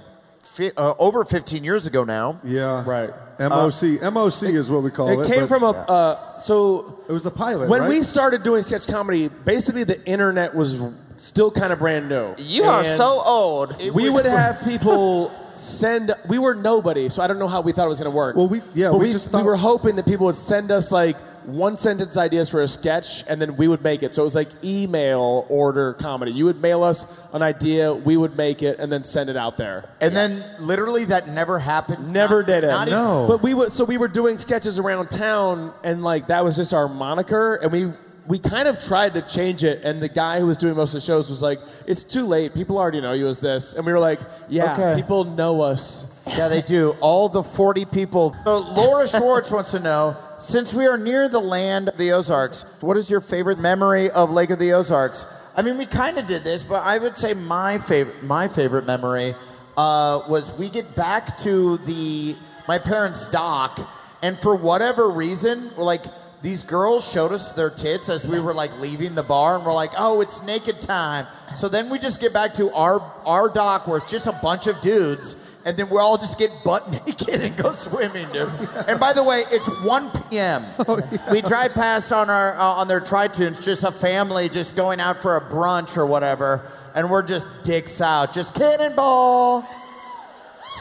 fi- uh, over 15 years ago now. Yeah. Right. MOC. MOC is what we call it. Uh, It came Oh, but- from a uh, so It was a pilot. when right? we started doing sketch comedy, basically the internet was still kind of brand new. You are And so old. We would have people send. We were nobody, so I don't know how we thought it was going to work. Well, we yeah, but we we, just we were hoping that people would send us like one sentence ideas for a sketch, and then we would make it. So it was like email order comedy. You would mail us an idea, we would make it, and then send it out there. And then literally that never happened. Never did it. not even- No. But we were so we were doing sketches around town, and like that was just our moniker, and we. We kind of tried to change it, and the guy who was doing most of the shows was like, "It's too late. People already know you as this." And we were like, "Yeah, Okay. people know us." Yeah, they do. All the 40 people. So Laura Schwartz wants to know since we are near the land of the Ozarks, what is your favorite memory of Lake of the Ozarks? I mean, we kind of did this, but I would say my favorite my favorite memory uh, was we get back to the my parents' dock, and for whatever reason, we're like these girls showed us their tits as we were like leaving the bar, and we're like, "Oh, it's naked time." So then we just get back to our our dock where it's just a bunch of dudes, and then we all just get butt naked and go swimming, dude. And by the way, it's 1 p.m. Oh, We drive past on our uh, on their tritunes, just a family just going out for a brunch or whatever, and we're just dicks out, just cannonball.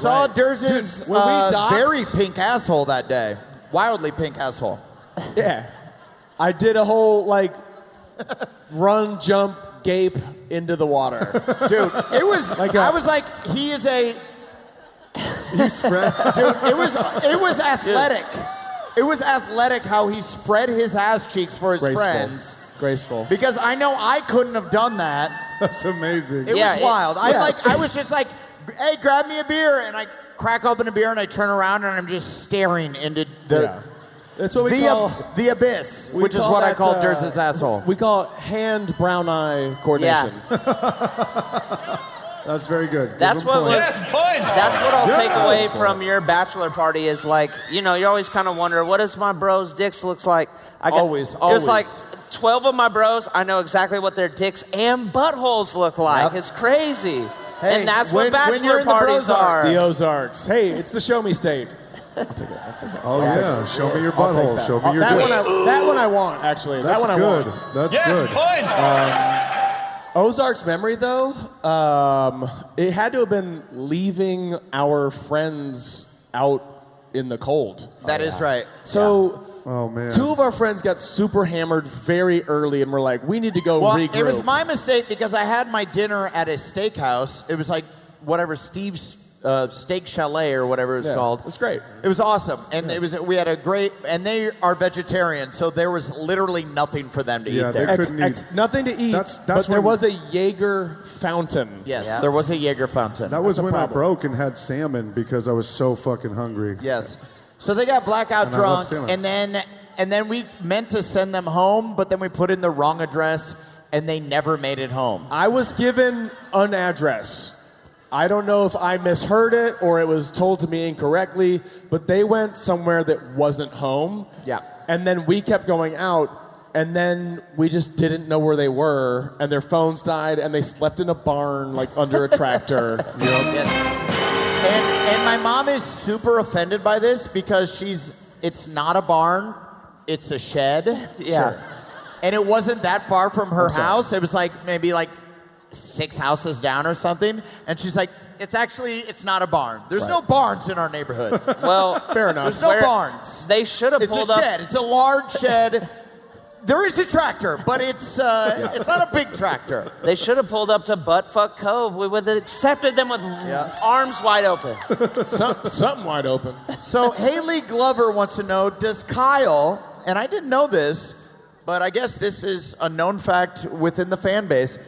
Saw Right. Durz's Dude, when we uh, docked- very pink asshole that day, wildly pink asshole. Yeah, I did a whole like run, jump, gape into the water. uh, Dude, it was. Like I was like, he is a. You spread. Dude, it was it was athletic. It was athletic how he spread his ass cheeks for his Graceful. friends. Graceful. Because I know I couldn't have done that. That's amazing. It was wild. I like I was just like, hey, grab me a beer, and I crack open a beer and I turn around and I'm just staring into the That's what we the, call- ab- the abyss, We which is call what I that, call uh, Durz's asshole. We call it hand brown eye coordination. That's very good. That's what was, That's what I'll take away from your bachelor party is like, you know, you always kind of wonder, what does my bros' dicks looks like? I Always, It's always. like 12 of my bros, I know exactly what their dicks and buttholes look like. It's crazy. and that's what bachelor parties are. The Ozarks. Hey, it's the show me state. I'll take it. I'll take it. Oh, I'll take yeah. it. Show me your I'll take butthole. that. Show me I'll- your that dick. one. I, that one I want actually. That's that one good. I want. That's Yes, good. points. Um, Ozark's memory though, um, it had to have been leaving our friends out in the cold. That That is is right. So. Oh man. Two of our friends got super hammered very early, and we're like, "We need to go Well, regroup." it was my mistake because I had my dinner at a steakhouse. It was like whatever Steve's uh, Steak Chalet or whatever it was Yeah, called. It's great. It was awesome, and it was we had a great. And they are vegetarian, so there was literally nothing for them to eat there. Ex- ex- nothing to eat. that's but there when- was a Jaeger fountain. Yes, there was a Jaeger fountain. That was when I broke and had salmon because I was so fucking hungry. Yes. So they got blackout And I love drunk, salmon. and then and then we meant to send them home, but then we put in the wrong address, and they never made it home. I was given an address. I don't know if I misheard it or it was told to me incorrectly, but they went somewhere that wasn't home. Yeah. And then we kept going out, and then we just didn't know where they were, and their phones died, and they slept in a barn, like under a tractor. And, and my mom is super offended by this because she's it's not a barn, it's a shed. Yeah. Sure. And it wasn't that far from her I'm sorry. house. It was like maybe like six houses down or something. And she's like, it's actually it's not a barn. There's no Right. barns in our neighborhood. Well, There's no where- barns. They should have It's pulled a up. shed. It's a large shed. There is a tractor, but it's uh, it's not a big tractor. They should have pulled up to Buttfuck Cove. We would have accepted them with arms wide open. Some, something wide open. So Haley Glover wants to know: Does Kyle? And I didn't know this, but I guess this is a known fact within the fan base.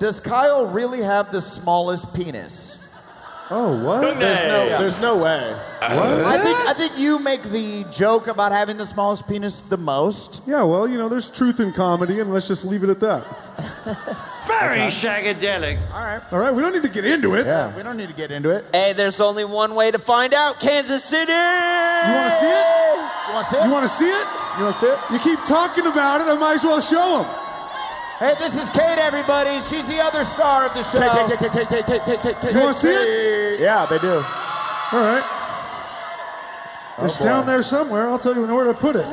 Does Kyle really have the smallest penis? Oh, what? There's no, there's no way. I think I think you make the joke about having the smallest penis the most. Yeah, well, you know, there's truth in comedy, and let's just leave it at that. Very shagadelic. All right. All right, we don't need to get into it. Yeah, we don't need to get into it. Hey, there's only one way to find out Kansas City. You want to see it? You want to see it? You want to see it? You want to see it? You keep talking about it. I might as well show them. Hey, this is Kate, everybody. She's the other star of the show. Kate, Kate, Kate, Kate, Kate, Kate, Kate, Kate, You want to see it? Yeah, they do. All right. it's Oh, Oh, boy. down there somewhere. I'll tell you where to put it.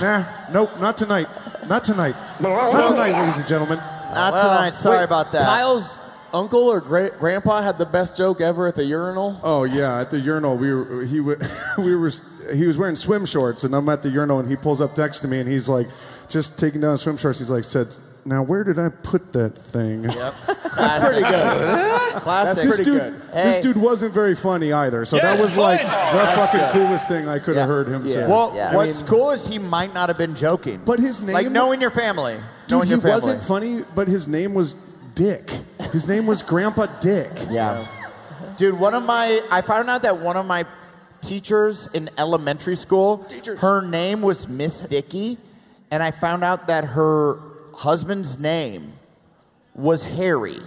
Nah, nope, not tonight. Not tonight. Not tonight, ladies and gentlemen. Not tonight. Sorry Wait, about that. Kyle's uncle or gra- grandpa had the best joke ever at the urinal. Oh yeah, at the urinal we were he wa- we were he was wearing swim shorts and I'm at the urinal and he pulls up next to me and he's like just taking down his swim shorts. He's like said, "Now where did I put that thing?" Yep. That's pretty good. Classic. this dude, this dude wasn't very funny either. So that Yes, was like the points. That's fucking good. coolest thing I could have heard him say. Well, what's cool is he might not have been joking. But his like name- knowing your family, Dude, knowing he your family. wasn't funny, but his name was Dick. His name was Grandpa Dick. Yeah. Dude, one of my I found out that one of my teachers in elementary school, her name was Miss Dickey, and I found out that her husband's name was Harry.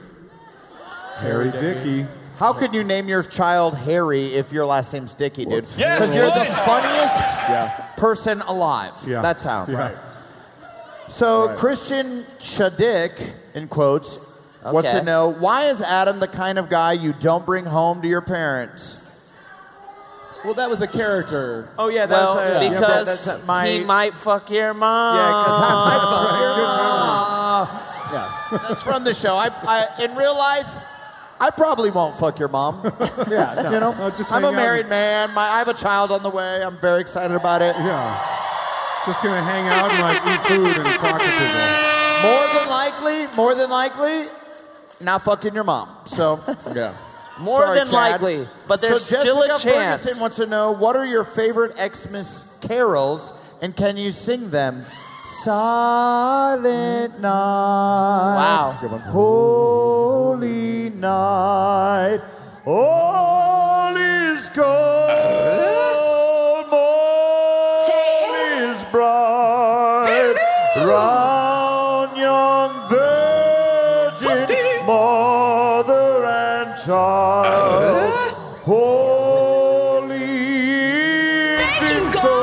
Harry Dickey. How could you name your child Harry if your last name's Dickey, dude? Because Yes, you're the points. funniest Yeah. person alive. Yeah. That's how. Yeah. Right. So Right. Christian Chadick, in quotes, wants to Okay. know why is Adam the kind of guy you don't bring home to your parents? Well, that was a character. Oh yeah, that's well, uh, yeah, but because that's my he might fuck your mom. Yeah, 'cause I might fuck your yeah. That's from the show. I, I in real life, I probably won't fuck your mom. Yeah, you know, I'm a hang out. married man. My, I have a child on the way. I'm very excited about it. Yeah, just gonna hang out and like eat food and talk to people. More than likely, more than likely, not fucking your mom. So Yeah. More Sorry, than Chad. likely, but there's so still Jessica a chance. Ferguson wants to know what are your favorite Xmas carols and can you sing them? Silent night. Wow. That's a good one. Holy night. All is gone. All is bright. Round young virgin, mother and child. Holy infant, so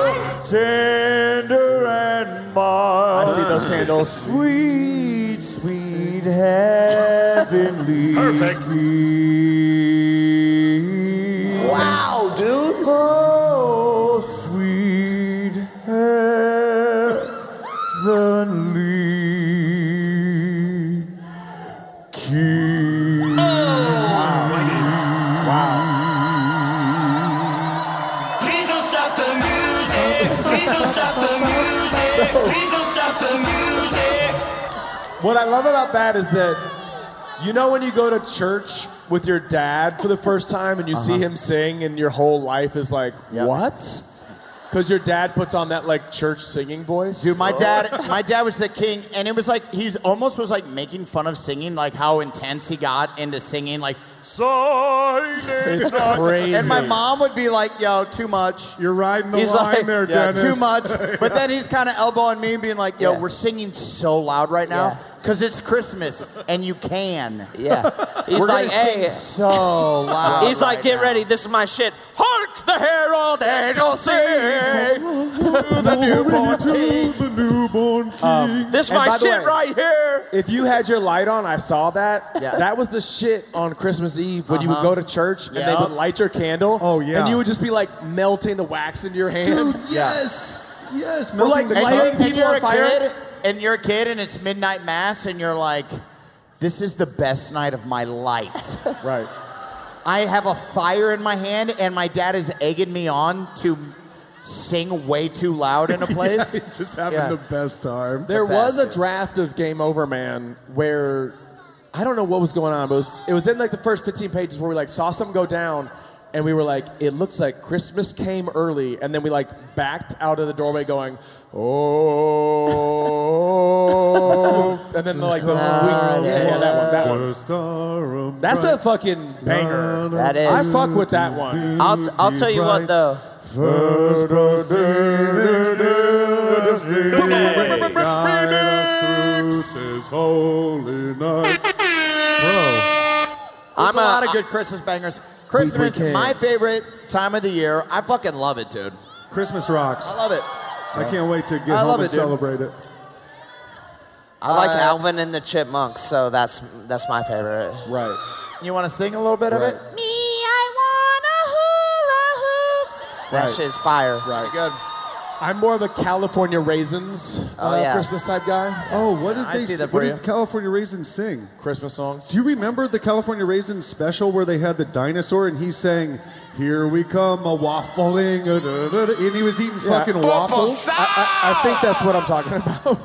tender and mild. I see those candles. Sweet, sweet heavenly. Perfect. Wow, dude. Oh, sweet heavenly. King. Please don't stop the music. Please don't stop the music. Please don't stop the music. What I love about that is that you know when you go to church with your dad for the first time and you see Uh-huh. him sing and your whole life is like, what? Because your dad puts on that like church singing voice. Dude, my dad, my dad was the king, and it was like he's almost was like making fun of singing, like how intense he got into singing, like silent It's night." crazy. And my mom would be like, "Yo, too much." You're riding the line there, yeah, Dennis." Too much. But then he's kind of elbowing me and being like, "Yo, we're singing so loud right now because it's Christmas and you can." Yeah. He's we're gonna like, "Hey." sing so loud. He's like, right get now." ready, this is my shit. Hark the herald angels sing. the newborn king. the newborn king. Um, This is my shit right here. If you had your light on, I saw that. Yeah. That was the shit on Christmas Eve when you would Uh-huh. go to church and they Yeah. would light your candle. Oh yeah. And you would just be like melting the wax into your hand. Dude, yes. Yes, We're like lighting and people you're on a fire. kid, and you're a kid, and it's midnight mass, and you're like, "This is the best night of my life." right. I have a fire in my hand, and my dad is egging me on to sing way too loud in a place. just having Yeah. the best time. There was a draft of Game Over Man where I don't know what was going on, but it was, it was in like the first 15 pages where we like saw something go down and we were like, it looks like Christmas came early, and then we like backed out of the doorway going, oh, and then like the Oh, yeah, yeah, that one, that one. That's a fucking banger. That is. I fuck with that one. I'll, t- I'll tell you what though. First holy night. There's I'm a, a- lot of good Christmas bangers. Christmas, we can't. my favorite time of the year. I fucking love it, dude. Christmas rocks. I love it. I can't wait to get I home love and it, dude. celebrate it. I like Uh, Alvin and the Chipmunks, so that's that's my favorite. Right. You want to sing a little bit of it? Me, I wanna hula hoop. That Right. shit's fire. Right. Good. I'm more of a California raisins Oh, uh, yeah. Christmas type guy. Oh, what did I they? see s- that what for did you. California Raisins sing? Christmas songs. Do you remember the California Raisins special where they had the dinosaur and he sang, "Here we come a waffling," uh, da, da, da," and he was eating Yeah. fucking waffles. I, I, I think that's what I'm talking about.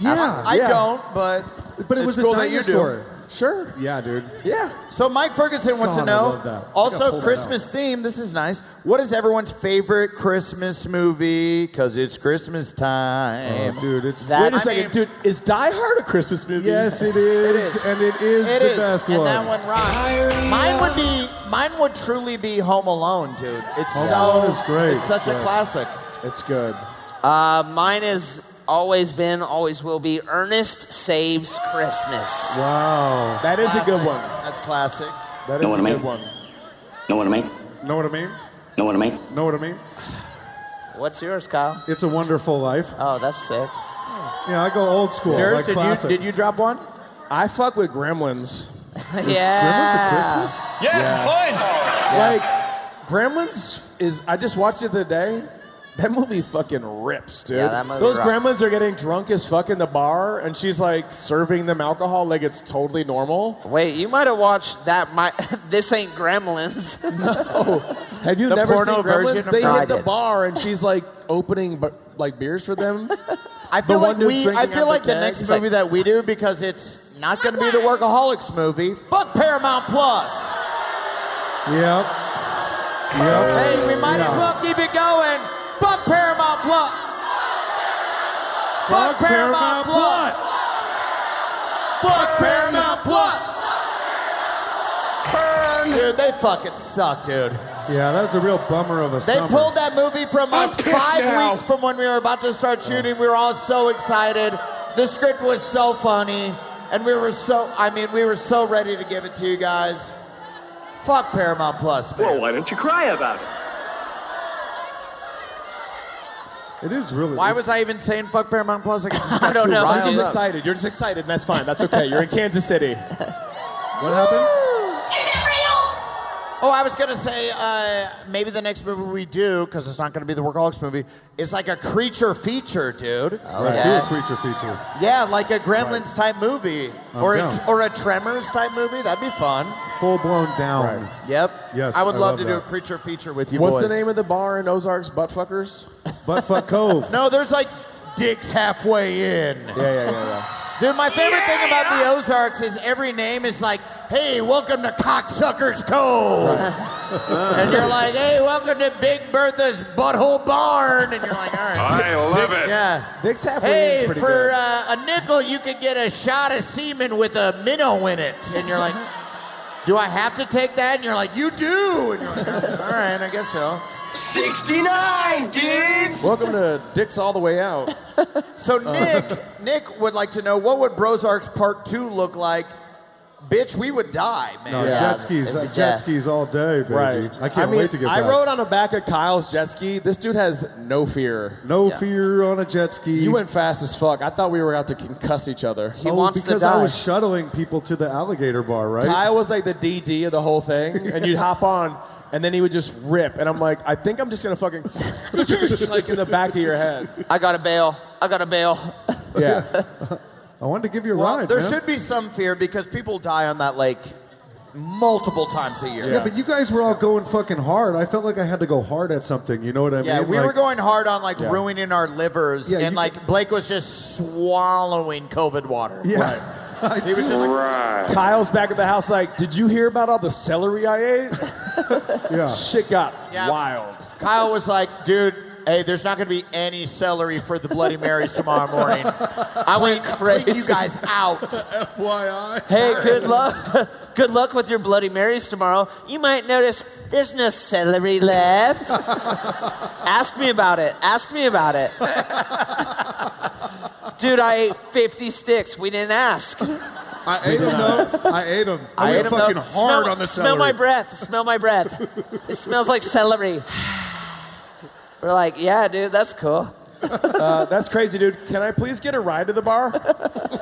Yeah, I yeah. don't, but But it it's was a cool that you do. dinosaur. Sure. Yeah, dude. Yeah. So Mike Ferguson wants God, to I know. love that. I gotta Also, pull that Christmas theme. This is nice. What is everyone's favorite Christmas movie? Because it's Christmas time. Oh, dude, it's Wait a second, dude. Is Die Hard a Christmas movie? Yes, it is, and it is It the is, best and one. that one rocks. Mine would be, mine would truly be Home Alone, dude. It's Home so, Alone is great. It's such Yeah. a classic. It's good. Uh, mine has always been, always will be. Ernest saves Christmas. Wow. That is a good Classic. one. That's classic. That Know is what a I mean? good one. Know what I mean? Know what I mean? Know what I mean? Know what I mean? What's yours, Kyle? It's a Wonderful Life. Oh, that's sick. Yeah, I go old school, Yours, like did, classic. You, did you drop one? I fuck with Gremlins. yeah. Christmas? Yeah. Like, Gremlins is. I just watched it the other day. That movie fucking rips, dude. Yeah, that movie Those rocks. gremlins are getting drunk as fuck in the bar, and she's like serving them alcohol like it's totally normal. Wait, you might have watched that. My this ain't Gremlins. Have you The never seen porno version Gremlins? of- They No, I hit the did. bar, and she's like opening bu- like beers for them. I The feel like one dude's we. I drinking out feel the like the keg. next He's like- movie that we do because it's not going to be the workaholics movie. Fuck Paramount Plus. Yep. Yep. Hey, we might as Yeah. well keep it going. Fuck Paramount Plus. Fuck Paramount Plus. Fuck Paramount Plus. Burn. Dude, they fucking suck, dude. Yeah, that was a real bummer of a They summer. pulled that movie from I'm us pissed five now. weeks from when we were about to start shooting. We were all so excited. The script was so funny, and we were so, I mean, we were so ready to give it to you guys. Fuck Paramount Plus. Man. Well, why don't you cry about it? It is really. Why was I even saying fuck Paramount Plus? I, I don't know. You're just excited. You're just excited, and that's fine. That's okay. You're in Kansas City. What happened? Oh, I was gonna say uh, maybe the next movie we do, because it's not gonna be the Workaholics movie, is like a creature feature, dude. Let's do a creature feature. Yeah, like a Gremlins type movie, I'm or a, down. or a Tremors type movie. That'd be fun. Full blown down. Yep. Yes, I would I love, love to do a that. creature feature with you What's boys. the name of the bar in Ozarks? Buttfuckers. Buttfuck Cove. No, there's like dicks halfway in. Yeah, yeah, yeah, yeah. Dude, my favorite thing about the Ozarks is every name is like, hey, welcome to Cocksuckers Cove. and you're like, hey, welcome to Big Bertha's Butthole Barn. And you're like, all right. I love it. Yeah. Dick's halfway Hey, in's for pretty good. Uh, a nickel, you could get a shot of semen with a minnow in it. And you're like, do I have to take that? And you're like, you do. And you're like, all right, I guess so. 69, dudes! Welcome to Dick's All the Way Out. So Uh. Nick, Nick would like to know what would Brozarks Part Two look like? Bitch, we would die, man. No, jet skis, uh, jet skis all day, baby. Right. I can't mean, wait to get I back. rode on the back of Kyle's jet ski. This dude has no fear. No fear on a jet ski. You went fast as fuck. I thought we were out to concuss each other. oh, because I was shuttling people to the alligator bar, right? Kyle was like the DD of the whole thing, and you'd hop on, and then he would just rip, and I'm like, I think I'm just gonna fucking like in the back of your head. I gotta bail. I gotta bail. Yeah. I wanted to give you a Well, ride. there man. should be some fear because people die on that lake multiple times a year. Yeah. but you guys were all going fucking hard. I felt like I had to go hard at something. You know what I Yeah, mean? we were Like, going hard on like Yeah. ruining our livers, Yeah, and you- like Blake was just swallowing COVID water. Yeah. Right. he was just like, Kyle's back at the house, like, did you hear about all the celery I ate? yeah. Shit got Yeah. wild. Kyle was like, dude, hey, there's not going to be any celery for the Bloody Marys tomorrow morning. I went clean, crazy. you guys out. FYI. Hey, Good luck. Good luck with your Bloody Marys tomorrow. You might notice there's no celery left. Ask me about it. Ask me about it. Dude, I ate 50 sticks. We didn't ask. I ate them though. I ate them. I, went ate 'em, fucking though. hard Smell- on the Smell celery. my breath. Smell my breath. it smells like celery. We're like, yeah, dude, that's cool. Uh, that's crazy, dude. Can I please get a ride to the bar?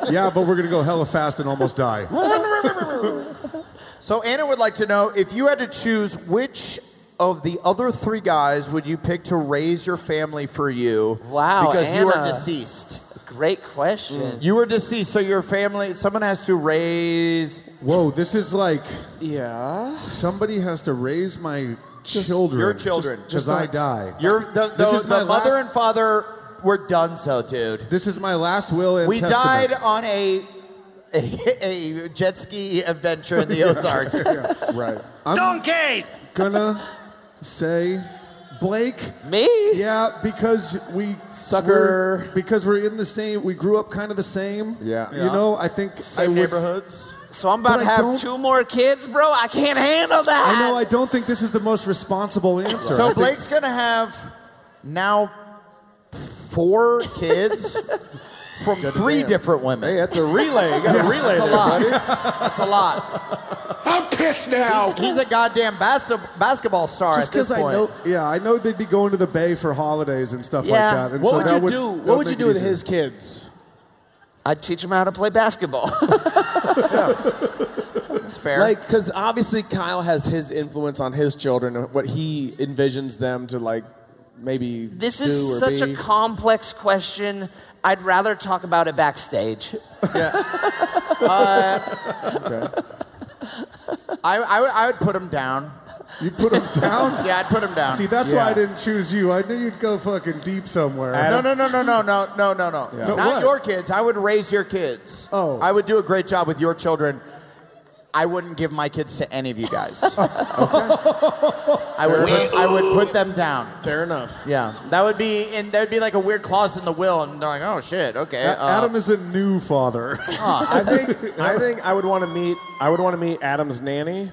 yeah, but we're gonna go hella fast and almost die. So Anna would like to know if you had to choose which of the other three guys would you pick to raise your family for you? Wow, because you are Anna. deceased. Great question. You were deceased, so your family. Someone has to raise. Whoa, this is like yeah. Somebody has to raise my children. Your children. because I die. You're the, the, This is the my mother last- and father were done so, dude. This is my last will and We testament. died on a, a a jet ski adventure in the Yeah. Ozarks. right. I'm Donkey! Gonna say Blake. Me? Yeah, because we Sucker. we're- because we're in the same we grew up kind of the same. Yeah. You know, I think I would- neighborhoods. So I'm about But to I have don't- two more kids, bro. I can't handle that. I know I don't think this is the most responsible answer. So I think- Blake's gonna have now four kids from three different women. Hey, that's a relay. You got a relay That's a there, lot. buddy. That's a lot. I'm pissed now. He's, he's a goddamn bas- basketball star just at this because I point. know, yeah, I know they'd be going to the bay for holidays and stuff Yeah. like that. And What so would that you would do- that what would would you make do it with easier. his kids? I'd teach them how to play basketball. It's fair. Like, because obviously Kyle has his influence on his children, and what he envisions them to like, maybe. This do or is such be. a complex question. I'd rather talk about it backstage. Uh, I, I, would- I would put him down. You put him down? Yeah, I'd put him down. See, that's why I Yeah. didn't choose you. I knew you'd go fucking deep somewhere. No, no, no, no, no, no, no, no, no. Yeah. No, Not what? your kids. I would raise your kids. Oh. I would do a great job with your children. I wouldn't give my kids to any of you guys. okay? I would, put, I would put them down. Fair enough. Yeah, that would be, and that would be like a weird clause in the will, and they're like, oh shit, okay. A- uh, Adam is a new father. I think I think I would want to meet I would want to meet Adam's nanny.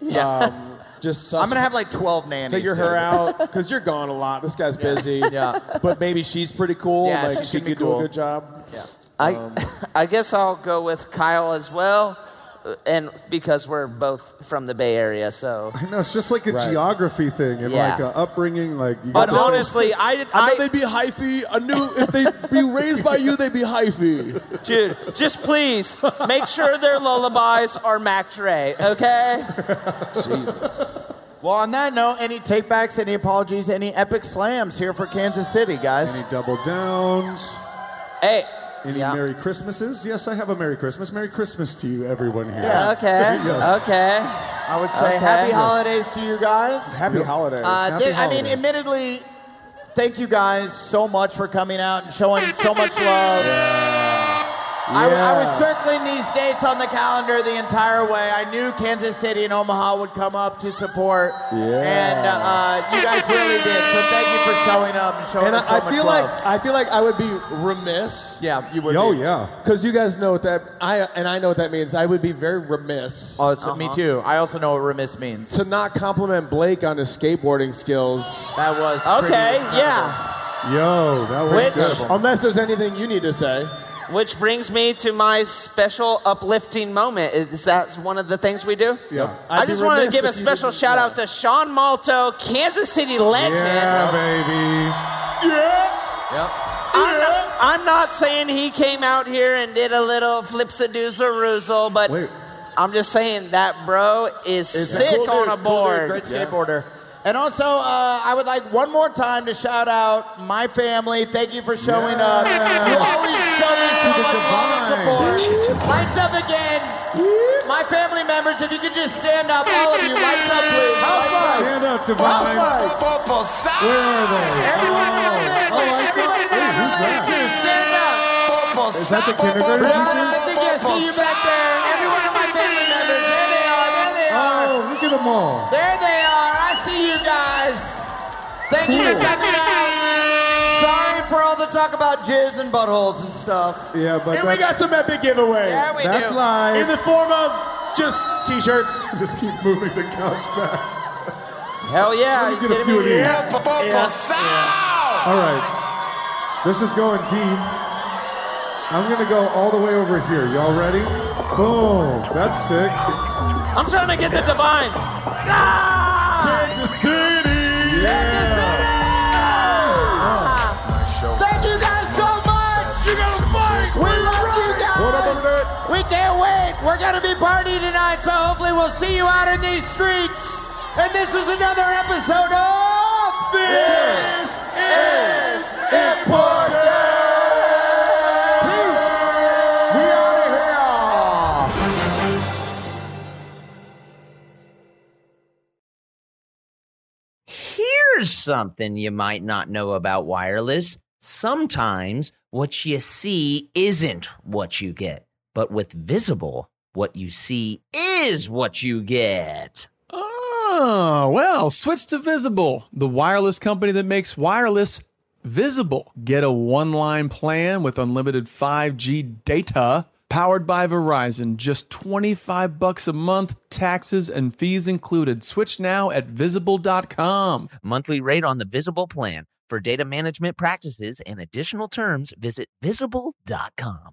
Yeah. Um, just I'm gonna have like 12 nannies. figure her dude. out because you're gone a lot. This guy's busy. Yeah. But maybe she's pretty cool. Yeah, like she's she gonna be could cool. do a good job. Yeah. Um, I, I guess I'll go with Kyle as well, uh, and because we're both from the Bay Area, so. No, it's just like a Right. geography thing and Yeah. like a upbringing. Like, you But got this- honestly, I did. I, they'd be hyphy. I knew if they'd be raised by you, they'd be hyphy. Dude, just please make sure their lullabies are Mac Dre, okay? Well, on that note, any takebacks, any apologies, any epic slams here for Kansas City, guys? Any double downs? Hey. Any Merry Christmases? Yes, I have a Merry Christmas. Merry Christmas to you, everyone here. Yeah. Okay. Yes. Okay. I would say Okay. happy holidays to you guys. Happy holidays. Uh, thi- Happy I mean, holidays. admittedly, thank you guys so much for coming out and showing so much love. I, I was Yeah. circling these dates on the calendar the entire way. I knew Kansas City and Omaha would come up to support, and uh, uh, you guys really did. So thank you for showing up and showing And us so I, I much feel love. like I feel like I would be remiss. Yeah, you would. Oh, be. yeah. Because you guys know what that I and I know what that means. I would be very remiss. Uh-huh. Oh, it's me too. I also know what remiss means. To not compliment Blake on his skateboarding skills. That was Okay, yeah. Yo, that was Which- good. Unless there's anything you need to say. Which brings me to my special uplifting moment. Is that one of the things we do? Yeah. I just want to give a special shout out to Sean Malto, Kansas City legend. Yeah, baby. Yep. I'm not, I'm not saying he came out here and did a little flipsadoozer roozle, but I'm just saying that bro is It's a sick cool dude, on a cool board. dude, great skateboarder. And also, uh, I would like one more time to shout out my family. Thank you for showing up. You always show me so much love and support. Lights up again. My family members, if you could just stand up, all of you. Lights up, please. Lights up. Stand up, Divine. Where are they? Everyone down there. Oh, I saw. Hey, who's that? Is that the kindergarten I teacher? think I see you back there. Every one of my family members. There they are. There they are. Oh, look at them all. There they are. I see you guys. Thank you for coming out. Sorry for all the talk about jizz and buttholes and stuff. Yeah, but And we got that's- some epic giveaways. Yeah, we That's do. live. In the form of just t-shirts. Just keep moving the couch back. Hell Oh, yeah. Let me get a few of these. All right. This is going deep. I'm going to go all the way over here. Y'all ready? Boom. That's sick. I'm trying to get the divines. Kansas City. Thank you guys so much. You gotta fight. We love you guys. We can't wait. We're gonna be partying tonight, so hopefully we'll see you out in these streets. And this is another episode of This Is Important. Peace. We out of here. Here's something you might not know about wireless. Sometimes what you see isn't what you get, but with visible, what you see is what you get. Oh, well, switch to Visible, the wireless company that makes wireless visible. Get a one line plan with unlimited 5G data powered by Verizon. Just 25 bucks a month, taxes and fees included. Switch now at visible.com. Monthly rate on the Visible plan. For data management practices and additional terms, visit visible.com.